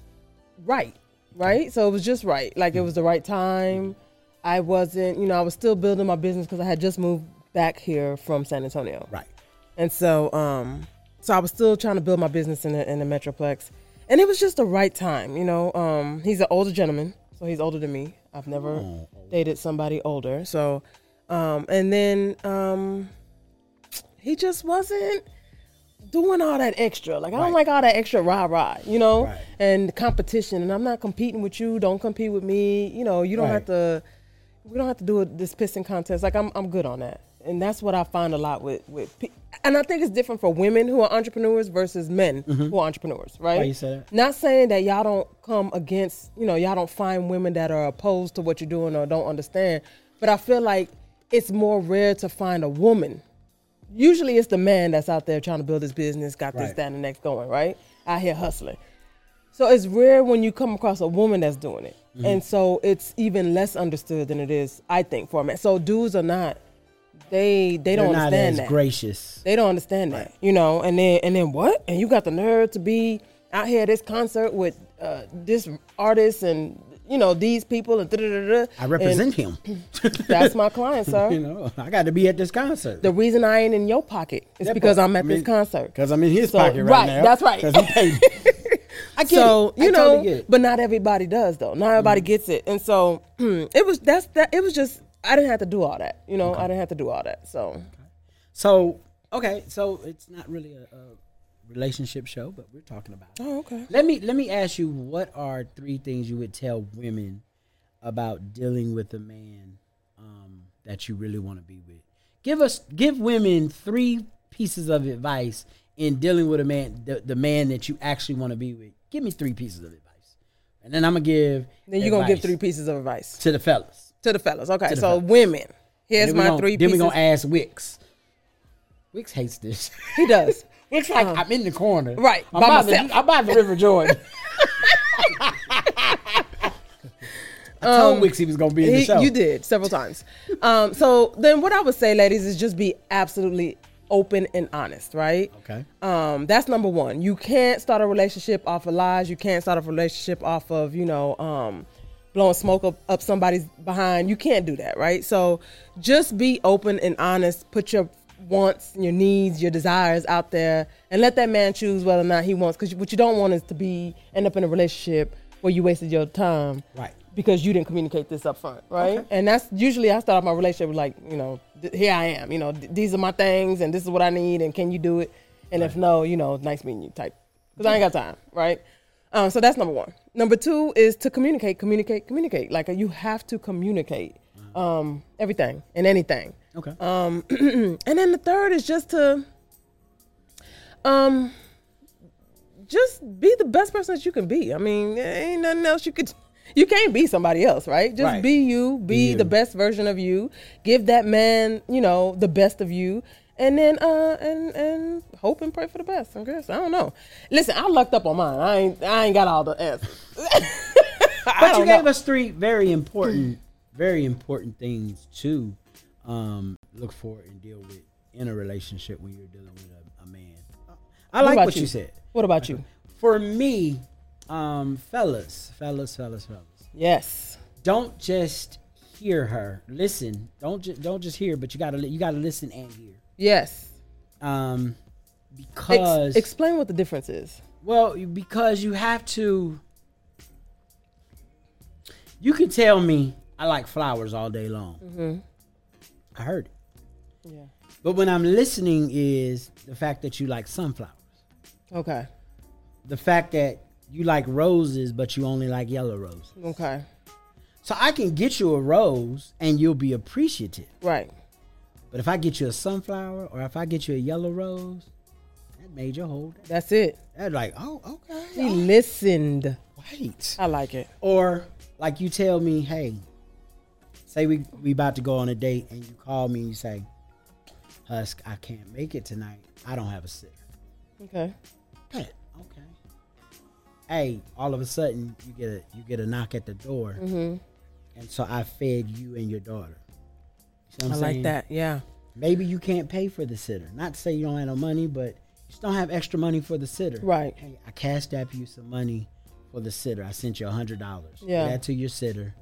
Speaker 2: right, right? So it was just right. Like it was the right time. I wasn't, you know, I was still building my business because I had just moved back here from San Antonio.
Speaker 1: Right.
Speaker 2: And so, um, so I was still trying to build my business in the in the metroplex, and it was just the right time, you know. Um, he's an older gentleman, so he's older than me. I've never
Speaker 1: Oh,
Speaker 2: dated somebody older. So, um, and then um, he just wasn't doing all that extra. Like I don't
Speaker 1: Right.
Speaker 2: like all that extra rah rah, you know,
Speaker 1: Right.
Speaker 2: and competition. And I'm not competing with you. Don't compete with me. You know, you don't
Speaker 1: Right.
Speaker 2: have to. We don't have to do a, this pissing contest. Like I'm, I'm good on that. And that's what I find a lot with with. Pe- and I think it's different for women who are entrepreneurs versus men who are entrepreneurs, right?
Speaker 1: Mm-hmm. Why you say that?
Speaker 2: Not saying that y'all don't come against, you know, y'all don't find women that are opposed to what you're doing or don't understand. But I feel like it's more rare to find a woman. Usually it's the man that's out there trying to build his business, got this,
Speaker 1: Right.
Speaker 2: that, and the next going, right? Out here hustling. So it's rare when you come across a woman that's doing it.
Speaker 1: Mm-hmm.
Speaker 2: And so it's even less understood than it is, I think, for a man. So dudes are not, they they
Speaker 1: They're
Speaker 2: don't
Speaker 1: not
Speaker 2: understand
Speaker 1: as
Speaker 2: that.
Speaker 1: gracious.
Speaker 2: They don't understand that, you know. And then and then what? And you got the nerve to be out here at this concert with uh, this artist and you know these people and da da da.
Speaker 1: I represent him.
Speaker 2: That's my client, sir.
Speaker 1: You know, I got to be at this concert.
Speaker 2: The reason I ain't in your pocket is because I'm at this concert.
Speaker 1: Because I'm in his
Speaker 2: So,
Speaker 1: pocket right,
Speaker 2: right,
Speaker 1: now.
Speaker 2: that's right.
Speaker 1: 'Cause he paid me. I get
Speaker 2: so
Speaker 1: it. I
Speaker 2: you know,
Speaker 1: totally get it. Mm-hmm.
Speaker 2: but not everybody does though. Not everybody gets it, and so it was that's that. It was just I didn't have to do all that, you know. I didn't have to do all that. So
Speaker 1: So okay, so it's not really a, a relationship show, but we're talking about. it.
Speaker 2: oh, okay.
Speaker 1: Let me let me ask you, what are three things you would tell women about dealing with a man um, that you really want to be with? Give us give women three pieces of advice in dealing with a man, the, the man that you actually want to be with. Give me three pieces of advice, and then I'm gonna give.
Speaker 2: Then you're gonna give
Speaker 1: advice
Speaker 2: three pieces of advice
Speaker 1: to the fellas.
Speaker 2: to the fellas. Okay,
Speaker 1: the
Speaker 2: so
Speaker 1: fellas.
Speaker 2: women. Here's
Speaker 1: Then we
Speaker 2: my
Speaker 1: gonna-
Speaker 2: three
Speaker 1: Then
Speaker 2: pieces.
Speaker 1: we gonna ask Wicks. Wicks hates this.
Speaker 2: he does.
Speaker 1: It's like I'm in the corner.
Speaker 2: Oh. Right,
Speaker 1: I'm,
Speaker 2: by
Speaker 1: by, the,
Speaker 2: myself.
Speaker 1: I'm by the River Jordan. I told Wicks he was going to be in the
Speaker 2: Um, He-
Speaker 1: show.
Speaker 2: You did several times. Um, so then, what I would say, ladies, is just be absolutely open and honest, right?
Speaker 1: Okay.
Speaker 2: Um, that's number one. You can't start a relationship off of lies. You can't start a relationship off of you know um, blowing smoke up, up somebody's behind. You can't do that, right? So just be open and honest. Put your wants, your needs, your desires out there, and let that man choose whether or not he wants. Because what you don't want is to be end up in a relationship where you wasted your time
Speaker 1: Right.
Speaker 2: because you didn't communicate this up front, right? And that's usually I start off my relationship with like, you know, th- here I am, you know, th- these are my things and this is what I need and can you do it? And if no, you know, nice meeting you type. Because I ain't got time, right? Um, so that's number one. Number two is to communicate, communicate, communicate. Like uh, you have to communicate um, everything and anything.
Speaker 1: Okay.
Speaker 2: Um, and then the third is just to um, just be the best person that you can be. I mean, there ain't nothing else you could. You can't be somebody else, right? Just
Speaker 1: Right.
Speaker 2: be you, be
Speaker 1: you.
Speaker 2: the best version of you. Give that man, you know, the best of you, and then uh, and and hope and pray for the best. I guess I don't know. Listen, I lucked up on mine. I ain't I ain't got all the answers.
Speaker 1: but you
Speaker 2: don't know.
Speaker 1: gave us three very important, very important things to um, look for and deal with in a relationship when you're dealing with a, a man. I
Speaker 2: What
Speaker 1: like
Speaker 2: about
Speaker 1: what you said.
Speaker 2: What about you?
Speaker 1: For me, um, fellas, fellas, fellas, fellas.
Speaker 2: Yes.
Speaker 1: don't just hear her. Listen. Don't ju- don't just hear, but you gotta li- you gotta listen and hear.
Speaker 2: Yes.
Speaker 1: Um,
Speaker 2: Ex-
Speaker 1: because
Speaker 2: explain what the difference is.
Speaker 1: well, you- because you have to. You can tell me I like flowers all day long.
Speaker 2: Mm-hmm.
Speaker 1: I heard it,
Speaker 2: Yeah.
Speaker 1: but when I'm listening, is the fact that you like sunflowers,
Speaker 2: Okay.
Speaker 1: the fact that you like roses, but you only like yellow roses.
Speaker 2: Okay.
Speaker 1: So I can get you a rose, and you'll be appreciative.
Speaker 2: Right.
Speaker 1: But if I get you a sunflower or if I get you a yellow rose, that made your whole day.
Speaker 2: That's it.
Speaker 1: That's like, oh, okay.
Speaker 2: He listened.
Speaker 1: oh, wait.
Speaker 2: I like it.
Speaker 1: Or like you tell me, hey, say we we about to go on a date and you call me and you say, Husk, I can't make it tonight. I don't have a sitter.
Speaker 2: Okay.
Speaker 1: Okay. Okay. Hey, all of a sudden you get a you get a knock at the door,
Speaker 2: Mm-hmm.
Speaker 1: and so I fed you and your daughter. You see what I'm
Speaker 2: I like
Speaker 1: saying?
Speaker 2: that. Yeah.
Speaker 1: Maybe you can't pay for the sitter. Not to say you don't have no money, but you just don't have extra money for the sitter.
Speaker 2: Right.
Speaker 1: Hey, I cashed app you some money for the sitter. I sent you a hundred dollars.
Speaker 2: Yeah.
Speaker 1: That to your sitter.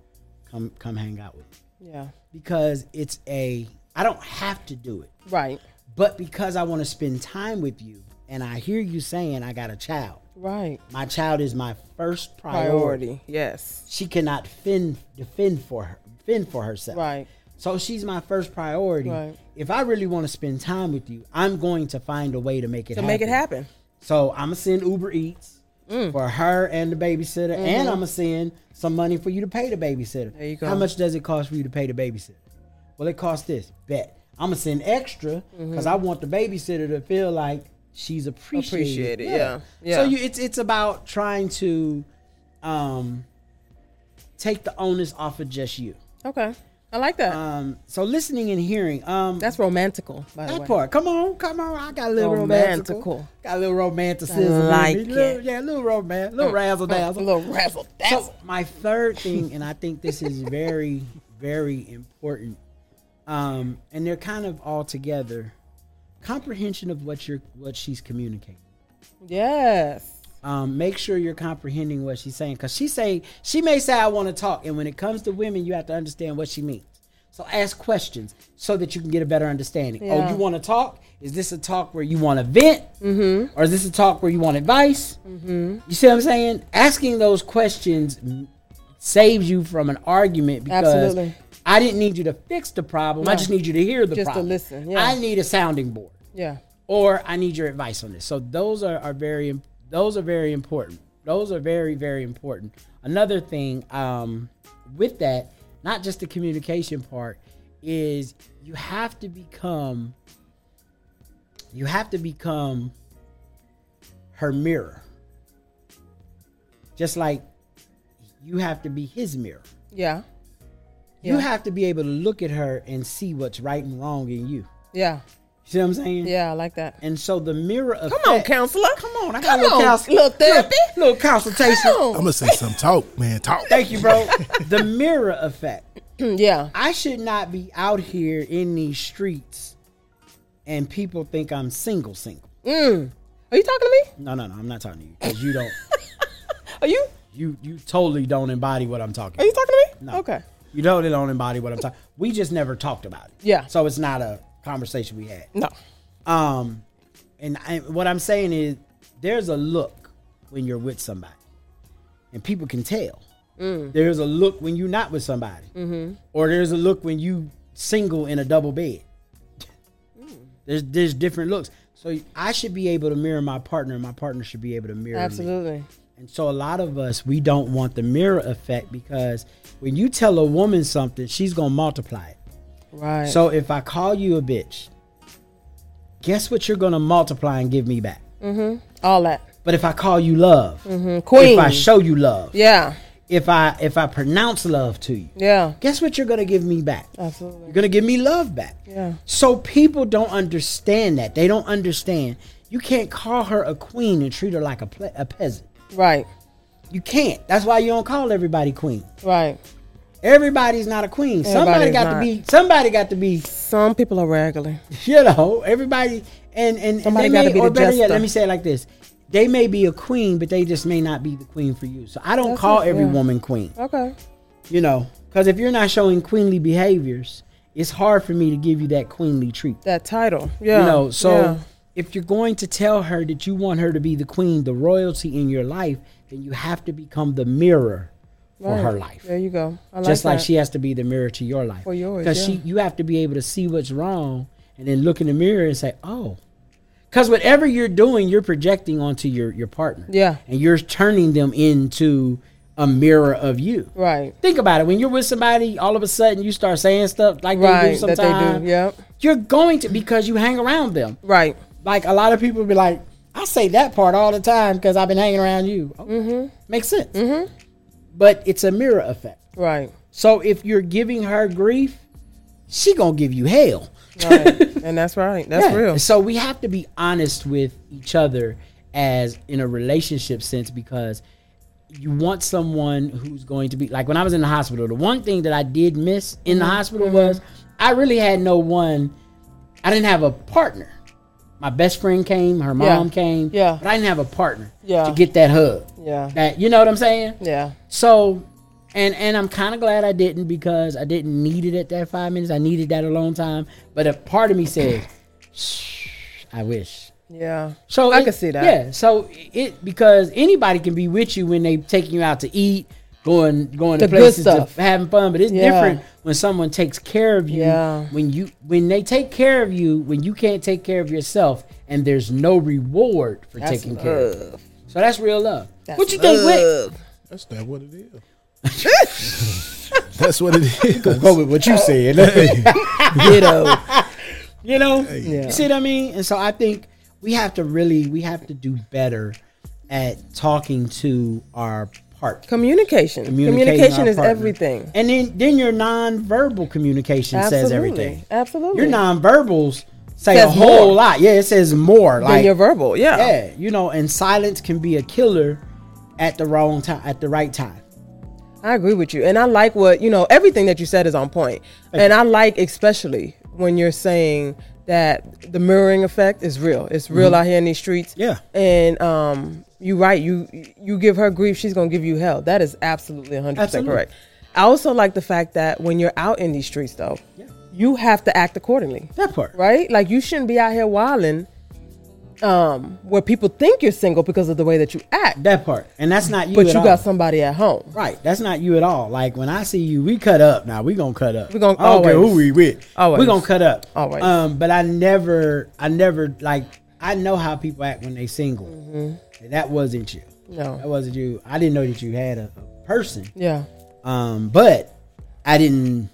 Speaker 1: Come come hang out with me.
Speaker 2: Yeah.
Speaker 1: Because it's a I don't have to do it.
Speaker 2: Right.
Speaker 1: But because I want to spend time with you and I hear you saying I got a child.
Speaker 2: Right.
Speaker 1: My child is my first priority.
Speaker 2: Priority. Yes.
Speaker 1: She cannot fend, defend for her, fend for herself.
Speaker 2: Right.
Speaker 1: So she's my first priority.
Speaker 2: Right.
Speaker 1: If I really want to spend time with you, I'm going to find a way to make it
Speaker 2: To
Speaker 1: happen.
Speaker 2: make it happen. Mm.
Speaker 1: So I'm gonna send Uber Eats for her and the babysitter, and I'm gonna send some money for you to pay the babysitter.
Speaker 2: Mm-hmm. There you go.
Speaker 1: How much does it cost for you to pay the babysitter? Well, it costs this. Bet I'm gonna send extra
Speaker 2: Mm-hmm.
Speaker 1: because I want the babysitter to feel like she's appreciated.
Speaker 2: Appreciated, yeah.
Speaker 1: So
Speaker 2: Yeah.
Speaker 1: you, it's it's about trying to um, take the onus off of just you.
Speaker 2: Okay. I like that.
Speaker 1: Um, so listening and hearing. Um,
Speaker 2: That's romantical, by the
Speaker 1: that
Speaker 2: way.
Speaker 1: part. Come on, come on. I got a little romantical.
Speaker 2: Romantical.
Speaker 1: Got a little romanticism. in
Speaker 2: like
Speaker 1: me. Little-
Speaker 2: it. Mm.
Speaker 1: yeah, a little romance, little razzle
Speaker 2: A
Speaker 1: dazzle.
Speaker 2: little razzle dazzle.
Speaker 1: So my third thing, and I think this is very, very important, um, and they're kind of all together. Comprehension of what you're, what she's communicating.
Speaker 2: yes.
Speaker 1: Um, make sure you're comprehending what she's saying, because she say she may say I want to talk, and when it comes to women, you have to understand what she means. So ask questions so that you can get a better understanding.
Speaker 2: Yeah.
Speaker 1: Oh, you want to talk? Is this a talk where you want to vent, mm-hmm. or is this a talk where you want advice? Mm-hmm. You see what I'm saying? Asking those questions m- saves you from an argument because
Speaker 2: Absolutely.
Speaker 1: I didn't need you to fix the problem. I
Speaker 2: No.
Speaker 1: just need you to hear the
Speaker 2: Just to
Speaker 1: problem.
Speaker 2: listen, yeah.
Speaker 1: I need a sounding board
Speaker 2: Yeah.
Speaker 1: or I need your advice on this. So those are, are very im- those are very important. Those are very very important. Another thing um, with that, not just the communication part, is you have to become you have to become her mirror. Just like you have to be his mirror.
Speaker 2: Yeah.
Speaker 1: You
Speaker 2: Yeah.
Speaker 1: have to be able to look at her and see what's right and wrong in you.
Speaker 2: Yeah.
Speaker 1: See what I'm saying?
Speaker 2: Yeah. I like that.
Speaker 1: And so the mirror
Speaker 2: Come
Speaker 1: effect.
Speaker 2: on, counselor.
Speaker 1: Come on, I got
Speaker 2: Come
Speaker 1: a little,
Speaker 2: on,
Speaker 1: counsel-
Speaker 2: little therapy.
Speaker 1: little, little consultation.
Speaker 2: Come on.
Speaker 4: I'm gonna say some talk, man. Talk.
Speaker 1: Thank you, bro. the mirror effect.
Speaker 2: yeah.
Speaker 1: I should not be out here in these streets, and people think I'm single, single.
Speaker 2: Are you talking to
Speaker 1: No, no, no. I'm not talking to you because you don't.
Speaker 2: me? Are you?
Speaker 1: You you totally don't embody what I'm talking.
Speaker 2: Are you talking to me?
Speaker 1: No.
Speaker 2: Okay.
Speaker 1: You totally don't embody what I'm talking. We just never talked about it.
Speaker 2: Yeah.
Speaker 1: So it's not a conversation we had.
Speaker 2: No.
Speaker 1: Um, and I, what I'm saying is, there's a look when you're with somebody, and people can tell. There's a look when you're not with somebody, or there's a look when you single in a double bed. There's there's different looks. So I should be able to mirror my partner, and my partner should be able to mirror me.
Speaker 2: Absolutely.
Speaker 1: And so a lot of us we don't want the mirror effect because when you tell a woman something, she's gonna multiply it.
Speaker 2: Right.
Speaker 1: So if I call you a bitch, guess what you're gonna multiply and give me back.
Speaker 2: all that.
Speaker 1: But if I call you love,
Speaker 2: Mm,
Speaker 1: if
Speaker 2: Queen.
Speaker 1: I show you love,
Speaker 2: yeah.
Speaker 1: if I if I pronounce love to you,
Speaker 2: Yeah.
Speaker 1: guess what you're gonna give me back. You're
Speaker 2: Absolutely.
Speaker 1: gonna give me love back.
Speaker 2: Yeah.
Speaker 1: So people don't understand that. They don't understand. You can't call her a queen and treat her like a ple- a peasant.
Speaker 2: Right.
Speaker 1: You can't. That's why you don't call everybody queen.
Speaker 2: Right.
Speaker 1: Everybody's not a queen. somebody
Speaker 2: Everybody's
Speaker 1: got to
Speaker 2: not.
Speaker 1: be. Somebody got to be
Speaker 2: Some people are regular.
Speaker 1: you know, everybody and and, and
Speaker 2: Somebody
Speaker 1: they
Speaker 2: gotta
Speaker 1: may,
Speaker 2: be
Speaker 1: or
Speaker 2: the
Speaker 1: better yet,
Speaker 2: jester.
Speaker 1: let me say it like this: they may be a queen, but they just may not be the queen for you. So I don't call
Speaker 2: it,
Speaker 1: every
Speaker 2: yeah.
Speaker 1: woman queen,
Speaker 2: Okay.
Speaker 1: you know, because if you're not showing queenly behaviors, it's hard for me to give you that queenly treat.
Speaker 2: That title. Yeah.
Speaker 1: You know, so
Speaker 2: Yeah.
Speaker 1: if you're going to tell her that you want her to be the queen, the royalty in your life, then you have to become the mirror for her
Speaker 2: Right.
Speaker 1: life
Speaker 2: There you go. I like
Speaker 1: just like
Speaker 2: that.
Speaker 1: she has to be the mirror to your life
Speaker 2: For yours,
Speaker 1: because she
Speaker 2: yeah.
Speaker 1: you have to be able to see what's wrong and then look in the mirror and say oh because whatever you're doing you're projecting onto your your partner
Speaker 2: Yeah.
Speaker 1: and you're turning them into a mirror of you
Speaker 2: Right.
Speaker 1: think about it when you're with somebody all of a sudden you start saying stuff like they do
Speaker 2: Right. That they
Speaker 1: sometimes
Speaker 2: do. Yep.
Speaker 1: you're going to because you hang around them
Speaker 2: Right.
Speaker 1: like a lot of people be like i say that part all the time because i've been hanging around you Oh,
Speaker 2: Mm-hmm.
Speaker 1: makes sense but it's a mirror effect
Speaker 2: Right.
Speaker 1: so if you're giving her grief, she gonna give you hell.
Speaker 2: Right. and that's right. That's
Speaker 1: Yeah.
Speaker 2: real.
Speaker 1: So we have to be honest with each other as in a relationship sense because you want someone who's going to be like when I was in the hospital, the one thing that I did miss in
Speaker 2: Mm-hmm.
Speaker 1: the hospital was I really had no one I didn't have a partner. My best friend came, her
Speaker 2: Yeah.
Speaker 1: mom came.
Speaker 2: Yeah.
Speaker 1: But I didn't have a partner
Speaker 2: Yeah.
Speaker 1: to get that hug.
Speaker 2: Yeah.
Speaker 1: That you know what I'm saying?
Speaker 2: Yeah.
Speaker 1: So, and and I'm kind of glad I didn't because I didn't need it at that five minutes. I needed that alone time. But a part of me says, "Shh, I wish.
Speaker 2: Yeah.
Speaker 1: So
Speaker 2: I
Speaker 1: it-
Speaker 2: can see that.
Speaker 1: Yeah. So it because anybody can be with you when they taking you out to eat, going going
Speaker 2: The
Speaker 1: to
Speaker 2: good
Speaker 1: places to
Speaker 2: stuff.
Speaker 1: having fun. But it's
Speaker 2: Yeah.
Speaker 1: different when someone takes care of you.
Speaker 2: Yeah.
Speaker 1: When you when they take care of you when you can't take care of yourself and there's no reward for
Speaker 2: That's
Speaker 1: taking care. of you.
Speaker 2: love.
Speaker 1: So that's real love.
Speaker 2: That's
Speaker 1: what you think, Wick?
Speaker 2: love.
Speaker 4: That's not what it is. That's what it is.
Speaker 1: Go with what you said.
Speaker 2: Ditto.
Speaker 1: you know.
Speaker 2: Yeah.
Speaker 1: You see what I mean? And so I think we have to really we have to do better at talking to our partner.
Speaker 2: Communication.
Speaker 1: Communicating
Speaker 2: Communication
Speaker 1: our
Speaker 2: is
Speaker 1: partner.
Speaker 2: everything.
Speaker 1: And then then your nonverbal communication says everything.
Speaker 2: Absolutely.
Speaker 1: Your nonverbals say
Speaker 2: Says
Speaker 1: a whole
Speaker 2: more.
Speaker 1: lot. Yeah, it says more.
Speaker 2: Then
Speaker 1: like
Speaker 2: you're verbal. Yeah.
Speaker 1: yeah, you know, and silence can be a killer at the wrong time at the right time.
Speaker 2: I agree with you. And I like what, you know, everything that you said is on point. and I like especially when you're saying that the mirroring effect is real. It's real out here in these streets.
Speaker 1: Mm-hmm. Yeah.
Speaker 2: And um you right, you you give her grief, she's going to give you hell. That is absolutely 100%
Speaker 1: Absolutely.
Speaker 2: correct. I also like the fact that when you're out in these streets though, you have to act accordingly.
Speaker 1: That part.
Speaker 2: Right? Like you shouldn't be out here wilding um where people think you're single because of the way that you act,
Speaker 1: That part. And that's not you.
Speaker 2: but
Speaker 1: at
Speaker 2: you
Speaker 1: all.
Speaker 2: got somebody at home.
Speaker 1: Right, that's not you at all. Like when I see you, we cut up. Now we gonna cut up.
Speaker 2: We gonna-
Speaker 1: I don't care
Speaker 2: always.
Speaker 1: who we with.
Speaker 2: Always.
Speaker 1: we gonna cut up.
Speaker 2: Always.
Speaker 1: Um, but I never, I never like. I know how people act when they single. And That wasn't you.
Speaker 2: Mm-hmm. No.
Speaker 1: that wasn't you. I didn't know that you had a, a person.
Speaker 2: Yeah.
Speaker 1: Um, but I didn't.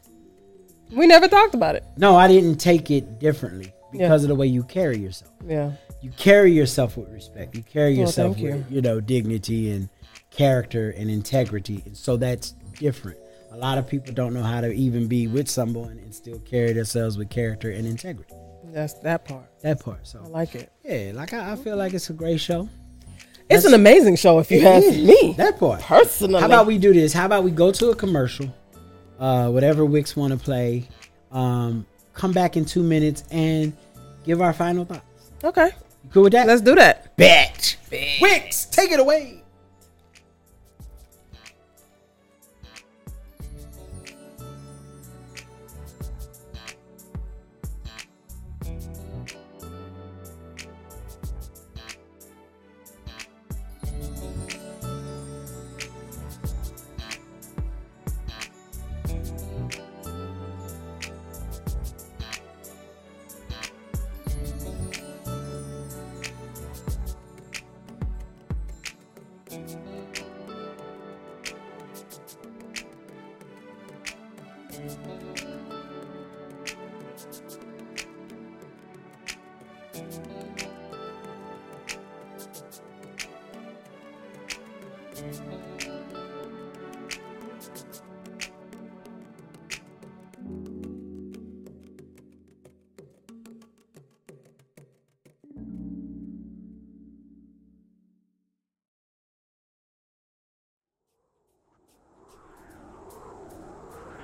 Speaker 2: We never talked about it.
Speaker 1: No, I didn't take it differently
Speaker 2: Yeah.
Speaker 1: because of the way you carry yourself.
Speaker 2: Yeah.
Speaker 1: You carry yourself with respect. You carry
Speaker 2: Well,
Speaker 1: yourself
Speaker 2: thank
Speaker 1: with you. know dignity and character and integrity, and so that's different. A lot of people don't know how to even be with someone and still carry themselves with character and integrity.
Speaker 2: That's that part.
Speaker 1: That part. So
Speaker 2: I like it.
Speaker 1: yeah, like I, I feel like it's a great show.
Speaker 2: It's an amazing show if you ask me.
Speaker 1: That part.
Speaker 2: personally.
Speaker 1: How about we do this? How about we go to a commercial, uh, whatever Wicks want to play, um, come back in two minutes and give our final thoughts.
Speaker 2: Okay.
Speaker 1: You cool with that?
Speaker 2: Let's do that.
Speaker 1: bet. Wicks, take it away.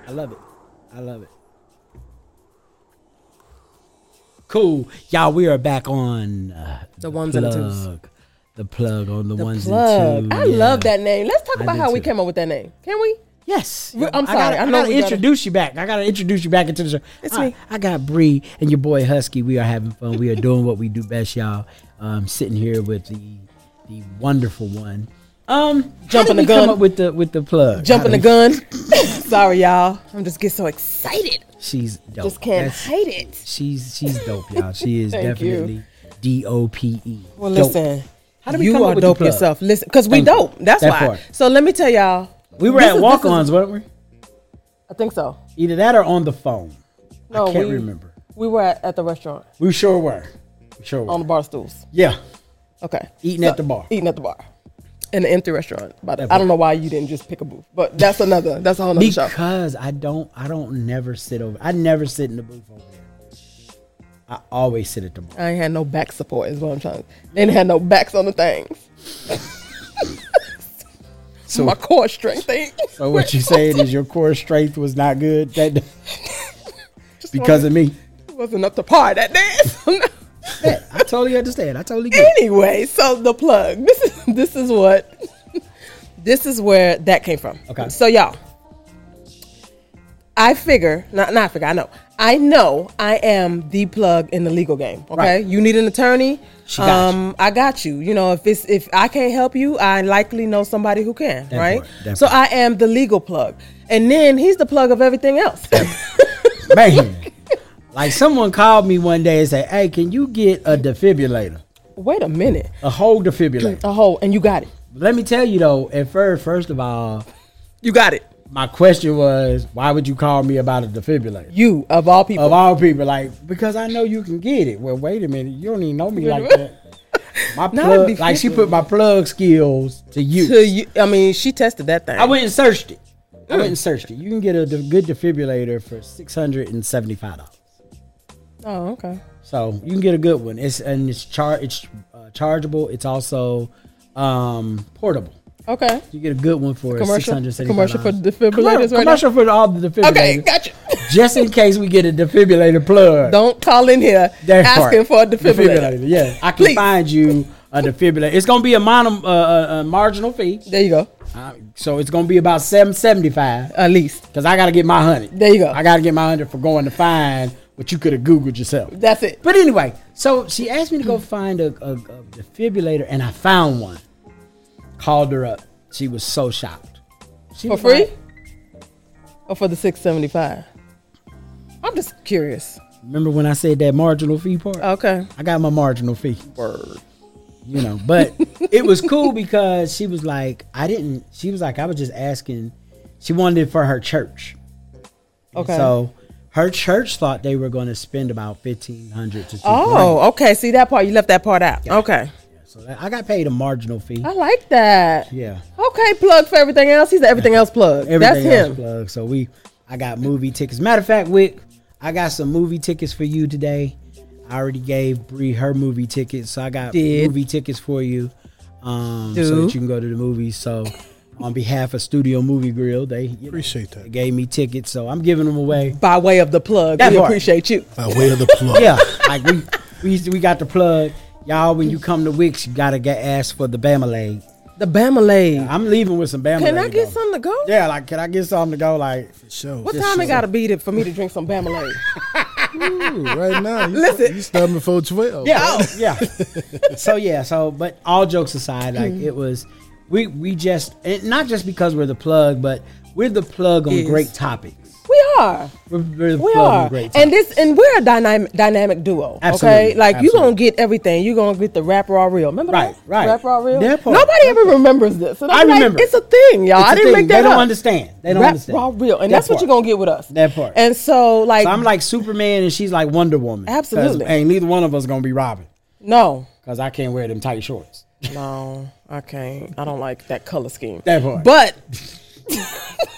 Speaker 1: I love it. I love it. Cool. Y'all, we are back on uh,
Speaker 2: The ones and the twos.
Speaker 1: plug. The plug on the,
Speaker 2: The
Speaker 1: ones
Speaker 2: plug.
Speaker 1: and twos.
Speaker 2: I
Speaker 1: yeah.
Speaker 2: love that name. Let's talk
Speaker 1: I
Speaker 2: about
Speaker 1: do
Speaker 2: how we
Speaker 1: too.
Speaker 2: came up with that name. Can we?
Speaker 1: Yes.
Speaker 2: Re- I'm
Speaker 1: I
Speaker 2: sorry.
Speaker 1: gotta,
Speaker 2: I
Speaker 1: I
Speaker 2: know
Speaker 1: gotta
Speaker 2: we gotta-
Speaker 1: introduce you back. I gotta introduce you back into the show.
Speaker 2: It's
Speaker 1: I,
Speaker 2: me.
Speaker 1: I got Bree and your boy Husky. We are having fun. We are doing what we do best, y'all. Um, sitting here with the the wonderful one. Um,
Speaker 2: Jumping
Speaker 1: how did
Speaker 2: the
Speaker 1: we
Speaker 2: gun.
Speaker 1: Come up with the with the plug.
Speaker 2: Jumping the
Speaker 1: How did
Speaker 2: gun. Sorry, y'all. I'm just getting so excited.
Speaker 1: we- She's dope.
Speaker 2: Just can't
Speaker 1: That's-
Speaker 2: hide it.
Speaker 1: She's she's dope, y'all. She is
Speaker 2: Thank you.
Speaker 1: definitely D O P E.
Speaker 2: Well, listen.
Speaker 1: How do we
Speaker 2: you
Speaker 1: come up
Speaker 2: are
Speaker 1: with the
Speaker 2: dope
Speaker 1: plug?
Speaker 2: yourself. Listen, because we
Speaker 1: Thank you.
Speaker 2: dope. That's
Speaker 1: That
Speaker 2: why.
Speaker 1: part.
Speaker 2: So let me tell y'all.
Speaker 1: We were
Speaker 2: this
Speaker 1: at
Speaker 2: is-
Speaker 1: walk
Speaker 2: this
Speaker 1: ons,
Speaker 2: is-
Speaker 1: weren't we?
Speaker 2: I think so.
Speaker 1: Either that or on the phone.
Speaker 2: No,
Speaker 1: I can't
Speaker 2: we-
Speaker 1: remember.
Speaker 2: We were at, at the restaurant
Speaker 1: We sure were. We sure were.
Speaker 2: on the bar stools.
Speaker 1: yeah.
Speaker 2: Okay.
Speaker 1: Eating at the bar.
Speaker 2: Eating at the bar. In the empty restaurant. By
Speaker 1: That
Speaker 2: the, I
Speaker 1: part.
Speaker 2: don't know why you didn't just pick a booth, but that's another. That's a whole nother show.
Speaker 1: Because I don't, I don't never sit over. I never sit in the booth over there. I always sit at the bar.
Speaker 2: I ain't had no back support is what I'm trying to They didn't have no backs on the things.
Speaker 1: So-
Speaker 2: my core strength thing.
Speaker 1: So what you saying is your core strength was not good that day because of me.
Speaker 2: wasn't up to par that day.
Speaker 1: Yeah, I totally understand. I totally get. it.
Speaker 2: anyway, so the plug. This is this is what this is where that came from.
Speaker 1: Okay.
Speaker 2: So y'all. I figure, not not I figure, I know. I know I am the plug in the legal game. Okay,
Speaker 1: Right.
Speaker 2: you need an attorney. Um,
Speaker 1: She got
Speaker 2: I got you. You know, if it's if I can't help you, I likely know somebody who can.
Speaker 1: That
Speaker 2: right.
Speaker 1: part, that
Speaker 2: so
Speaker 1: part.
Speaker 2: I am the legal plug, and then he's the plug of everything else.
Speaker 1: Man. like someone called me one day and said, Hey, can you get a defibrillator?
Speaker 2: Wait a minute.
Speaker 1: A whole defibrillator.
Speaker 2: A hole, and you got it.
Speaker 1: Let me tell you though, at first first of all,
Speaker 2: You got it.
Speaker 1: my question was, why would you call me about a defibrillator?
Speaker 2: You of all people.
Speaker 1: Of all people, like, because I know you can get it. Well, wait a minute, you don't even know me like that. My
Speaker 2: Not
Speaker 1: plug,
Speaker 2: be
Speaker 1: like she
Speaker 2: flipping.
Speaker 1: put my plug skills to use.
Speaker 2: to Mm. you, I mean, she tested that thing.
Speaker 1: I went and searched it. I went and searched it. You can get a de- good defibrillator for six hundred and seventy-five dollars.
Speaker 2: Oh, okay.
Speaker 1: So you can get a good one. It's and it's char it's uh, chargeable. It's also um, portable.
Speaker 2: Okay.
Speaker 1: You get a good one for six
Speaker 2: Commercial.
Speaker 1: hundred seventy-five.
Speaker 2: Commercial for defibrillators right
Speaker 1: commercial for all the defibrillators.
Speaker 2: now. Okay, gotcha.
Speaker 1: Just in case we get a defibrillator plug.
Speaker 2: Don't call in here
Speaker 1: That part.
Speaker 2: asking for a defibrillator.
Speaker 1: Yeah, I can
Speaker 2: Please.
Speaker 1: find you a defibrillator. It's gonna be a, mon- uh, uh, a marginal fee,
Speaker 2: There you go.
Speaker 1: Uh, so it's gonna be about seven seventy-five.
Speaker 2: At least.
Speaker 1: Cause I gotta get my hundred.
Speaker 2: There you go.
Speaker 1: I gotta get my hundred for going to find what you could have Googled yourself.
Speaker 2: That's it.
Speaker 1: But anyway, so she asked me to go find a, a, a defibrillator, and I found one. Called her up. She was so shocked. She
Speaker 2: For
Speaker 1: was
Speaker 2: free?
Speaker 1: like-
Speaker 2: Or for the 675? I'm just curious.
Speaker 1: Remember when I said that marginal fee part?
Speaker 2: Okay.
Speaker 1: I got my marginal fee. You know, but it was cool because she was like, I didn't. She was like, I was just asking. She wanted it for her church. And
Speaker 2: Okay.
Speaker 1: So her church thought they were going to spend about fifteen hundred to two grand.
Speaker 2: Oh, okay. See that part? You left that part out. Okay.
Speaker 1: So that- I got paid a marginal fee.
Speaker 2: I like that.
Speaker 1: Yeah.
Speaker 2: Okay, plug for everything else. He's the everything else plug.
Speaker 1: Everything
Speaker 2: That's
Speaker 1: else
Speaker 2: him.
Speaker 1: plug. So we I got movie tickets. Matter of fact, Wick, I got some movie tickets for you today. I already gave Bree her movie tickets. So I got
Speaker 2: Did.
Speaker 1: movie tickets for you. Um so
Speaker 2: Do.
Speaker 1: that you can go to the movies. So on behalf of Studio Movie Grill, they you know,
Speaker 4: Appreciate that.
Speaker 1: they gave me tickets. So I'm giving them away.
Speaker 2: By way of the plug,
Speaker 1: That
Speaker 2: we
Speaker 1: part.
Speaker 2: appreciate you.
Speaker 4: By way of the plug.
Speaker 1: Yeah. like we we, used to- we got the plug. Y'all, when you come to Wicks, you gotta get asked for the Bama leg.
Speaker 2: The Bama League.
Speaker 1: I'm leaving with some Bama
Speaker 2: Can
Speaker 1: leg
Speaker 2: I get
Speaker 1: though.
Speaker 2: some to go?
Speaker 1: Yeah, like can I get something to go? Like
Speaker 4: So
Speaker 2: What time it gotta be to, for me to drink some Bama League?
Speaker 4: Ooh, right now, you,
Speaker 2: Listen.
Speaker 4: you starting before twelve.
Speaker 1: Yeah,
Speaker 2: Oh.
Speaker 1: yeah. So yeah, so but all jokes aside, like
Speaker 2: Mm.
Speaker 1: it was, we we just and not just because we're the plug, but we're the plug on
Speaker 2: Yes.
Speaker 1: great topics.
Speaker 2: We are.
Speaker 1: We're, we're the
Speaker 2: We
Speaker 1: plug
Speaker 2: are.
Speaker 1: on great
Speaker 2: And
Speaker 1: topics.
Speaker 2: this and we're a dynamic dynamic duo.
Speaker 1: Absolutely.
Speaker 2: Okay. Like you're
Speaker 1: Absolutely.
Speaker 2: gonna get everything. You're gonna get the rap raw real. Remember
Speaker 1: Right,
Speaker 2: that?
Speaker 1: right.
Speaker 2: Rap raw real.
Speaker 1: That part.
Speaker 2: Nobody ever remembers this. And
Speaker 1: I
Speaker 2: I'm like,
Speaker 1: remember.
Speaker 2: it's a thing, y'all.
Speaker 1: It's
Speaker 2: I
Speaker 1: a
Speaker 2: didn't
Speaker 1: thing.
Speaker 2: make that
Speaker 1: They don't
Speaker 2: up.
Speaker 1: understand. They don't
Speaker 2: rap
Speaker 1: understand.
Speaker 2: raw real. And
Speaker 1: That
Speaker 2: that's what
Speaker 1: part.
Speaker 2: you're gonna get with us.
Speaker 1: That part.
Speaker 2: And so like
Speaker 1: So I'm like Superman, and she's like Wonder Woman. 'Cause
Speaker 2: Absolutely.
Speaker 1: ain't neither one of us gonna be Robin
Speaker 2: No.
Speaker 1: because I can't wear them tight shorts.
Speaker 2: No, I can't. I don't like that color scheme.
Speaker 1: That part.
Speaker 2: But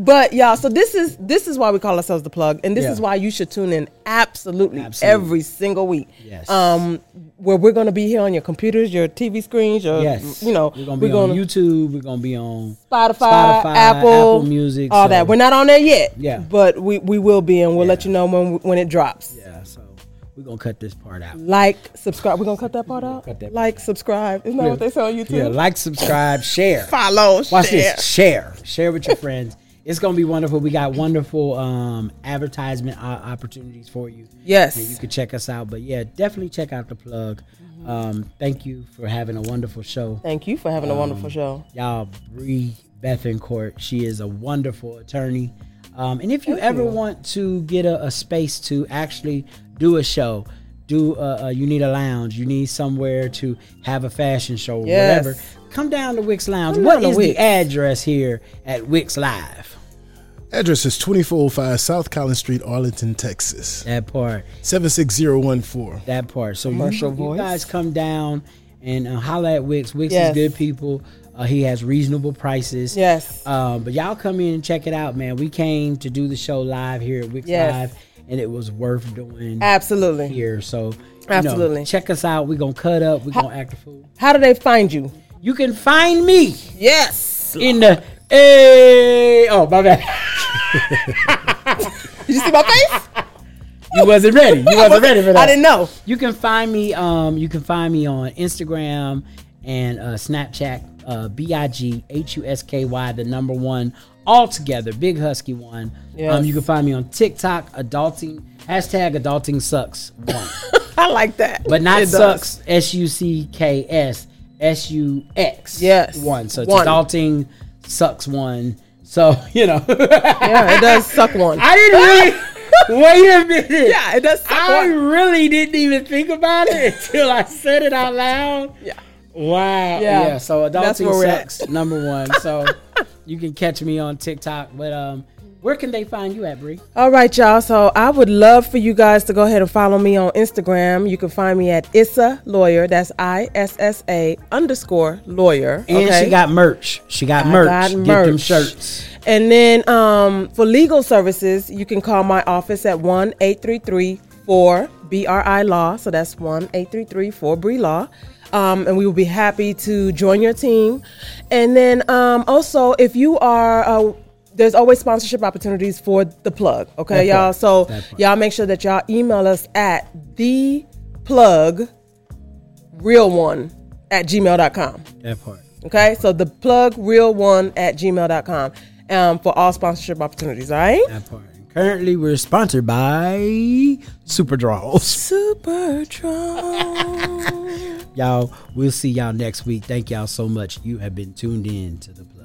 Speaker 2: but y'all, so this is this is why we call ourselves the plug, and this
Speaker 1: Yeah.
Speaker 2: is why you should tune in absolutely,
Speaker 1: Absolutely.
Speaker 2: every single week.
Speaker 1: Yes.
Speaker 2: Um, where we're gonna be here on your computers, your TV screens, your
Speaker 1: Yes,
Speaker 2: Uh, you know,
Speaker 1: we're gonna be on YouTube. We're gonna be on
Speaker 2: Spotify, Apple,
Speaker 1: Music,
Speaker 2: all
Speaker 1: so-
Speaker 2: that. We're not on there yet.
Speaker 1: Yeah.
Speaker 2: But we we will be, and we'll let
Speaker 1: Yeah.
Speaker 2: you know when we- when it drops.
Speaker 1: Yeah, so we're gonna cut this part out.
Speaker 2: Like, subscribe. We're gonna cut that part out.
Speaker 1: cut that
Speaker 2: like, subscribe. Isn't that what they say on YouTube?
Speaker 1: Yeah, like, subscribe, share.
Speaker 2: Follow.
Speaker 1: Watch
Speaker 2: share.
Speaker 1: this. Share. Share with your friends. It's gonna be wonderful. We got wonderful um, advertisement o- opportunities for you.
Speaker 2: Yes.
Speaker 1: and you can check us out. But yeah, definitely check out the plug. Um, thank you for having a wonderful show,
Speaker 2: Thank you for having a
Speaker 1: Um,
Speaker 2: wonderful show.
Speaker 1: y'all. Bree Bethencourt, she is a wonderful attorney. Um, and if you ever want to get a, a space to actually do a show, do a, a, you need a lounge, you need somewhere to have a fashion show, or
Speaker 2: Yes.
Speaker 1: whatever. Come down to Wix Lounge.
Speaker 2: Come
Speaker 1: What
Speaker 2: down to
Speaker 1: is the
Speaker 2: Wix.
Speaker 1: address here at Wix Live?
Speaker 4: Address is 2405 South Collins Street, Arlington, Texas.
Speaker 1: That part.
Speaker 4: 76014.
Speaker 1: That part. So you,
Speaker 2: Commercial
Speaker 1: you
Speaker 2: voice.
Speaker 1: guys come down and uh, holla at Wix. Wix is
Speaker 2: Yes.
Speaker 1: good people. Uh, he has reasonable prices.
Speaker 2: Yes.
Speaker 1: Um, but y'all come in and check it out, man. We came to do the show live here at Wix
Speaker 2: Yes.
Speaker 1: Live, and it was worth doing
Speaker 2: Absolutely.
Speaker 1: here. So you know,
Speaker 2: Absolutely.
Speaker 1: check us out. We're gonna cut up. We're gonna act a fool.
Speaker 2: How do they find you?
Speaker 1: You can find me
Speaker 2: Yes.
Speaker 1: in the. Hey, oh my bad.
Speaker 2: Did you see my face?
Speaker 1: You wasn't ready. You wasn't ready for that.
Speaker 2: I didn't know.
Speaker 1: You can find me. Um, you can find me on Instagram and uh, Snapchat. Uh, B I G H U S K Y, the number one altogether. Big Husky one. Um, you can find me on TikTok, adulting, hashtag adulting sucks. One.
Speaker 2: I like that.
Speaker 1: But not
Speaker 2: It does.
Speaker 1: sucks. S U C K S S U X.
Speaker 2: Yes.
Speaker 1: One. So it's
Speaker 2: One.
Speaker 1: adulting sucks one. So you know,
Speaker 2: Yeah, it does suck one.
Speaker 1: I didn't really. wait a minute.
Speaker 2: yeah, it does suck
Speaker 1: I
Speaker 2: one.
Speaker 1: really didn't even think about it until I said it out loud.
Speaker 2: Yeah.
Speaker 1: Wow.
Speaker 2: Yeah.
Speaker 1: Yeah. so
Speaker 2: That's where
Speaker 1: adulting
Speaker 2: we're at.
Speaker 1: sucks. Number one. So you can catch me on TikTok, but um, where can they find you at, Bree?
Speaker 2: All right, y'all. So I would love for you guys to go ahead and follow me on Instagram. You can find me at Issa Lawyer. That's I S S A underscore lawyer.
Speaker 1: And she got merch. She got
Speaker 2: I
Speaker 1: merch.
Speaker 2: got
Speaker 1: Get them
Speaker 2: merch.
Speaker 1: shirts.
Speaker 2: And then um, for legal services, you can call my office at 1 833 4 BRI Law. So that's 1 833 4 BRI Law. Um, and we will be happy to join your team. And then um, also, if you are, uh, there's always sponsorship opportunities for the plug. Okay,
Speaker 1: That part.
Speaker 2: y'all. So
Speaker 1: That part.
Speaker 2: y'all make sure that y'all email us at the plug real one at gmail.com.
Speaker 1: That part.
Speaker 2: Okay, so the plug real one at gmail.com um, for all sponsorship opportunities, all right?
Speaker 1: That part. Currently, we're sponsored by Super Draws.
Speaker 2: Super Trump.
Speaker 1: Y'all, we'll see y'all next week. Thank y'all so much. You have been tuned in to the plug.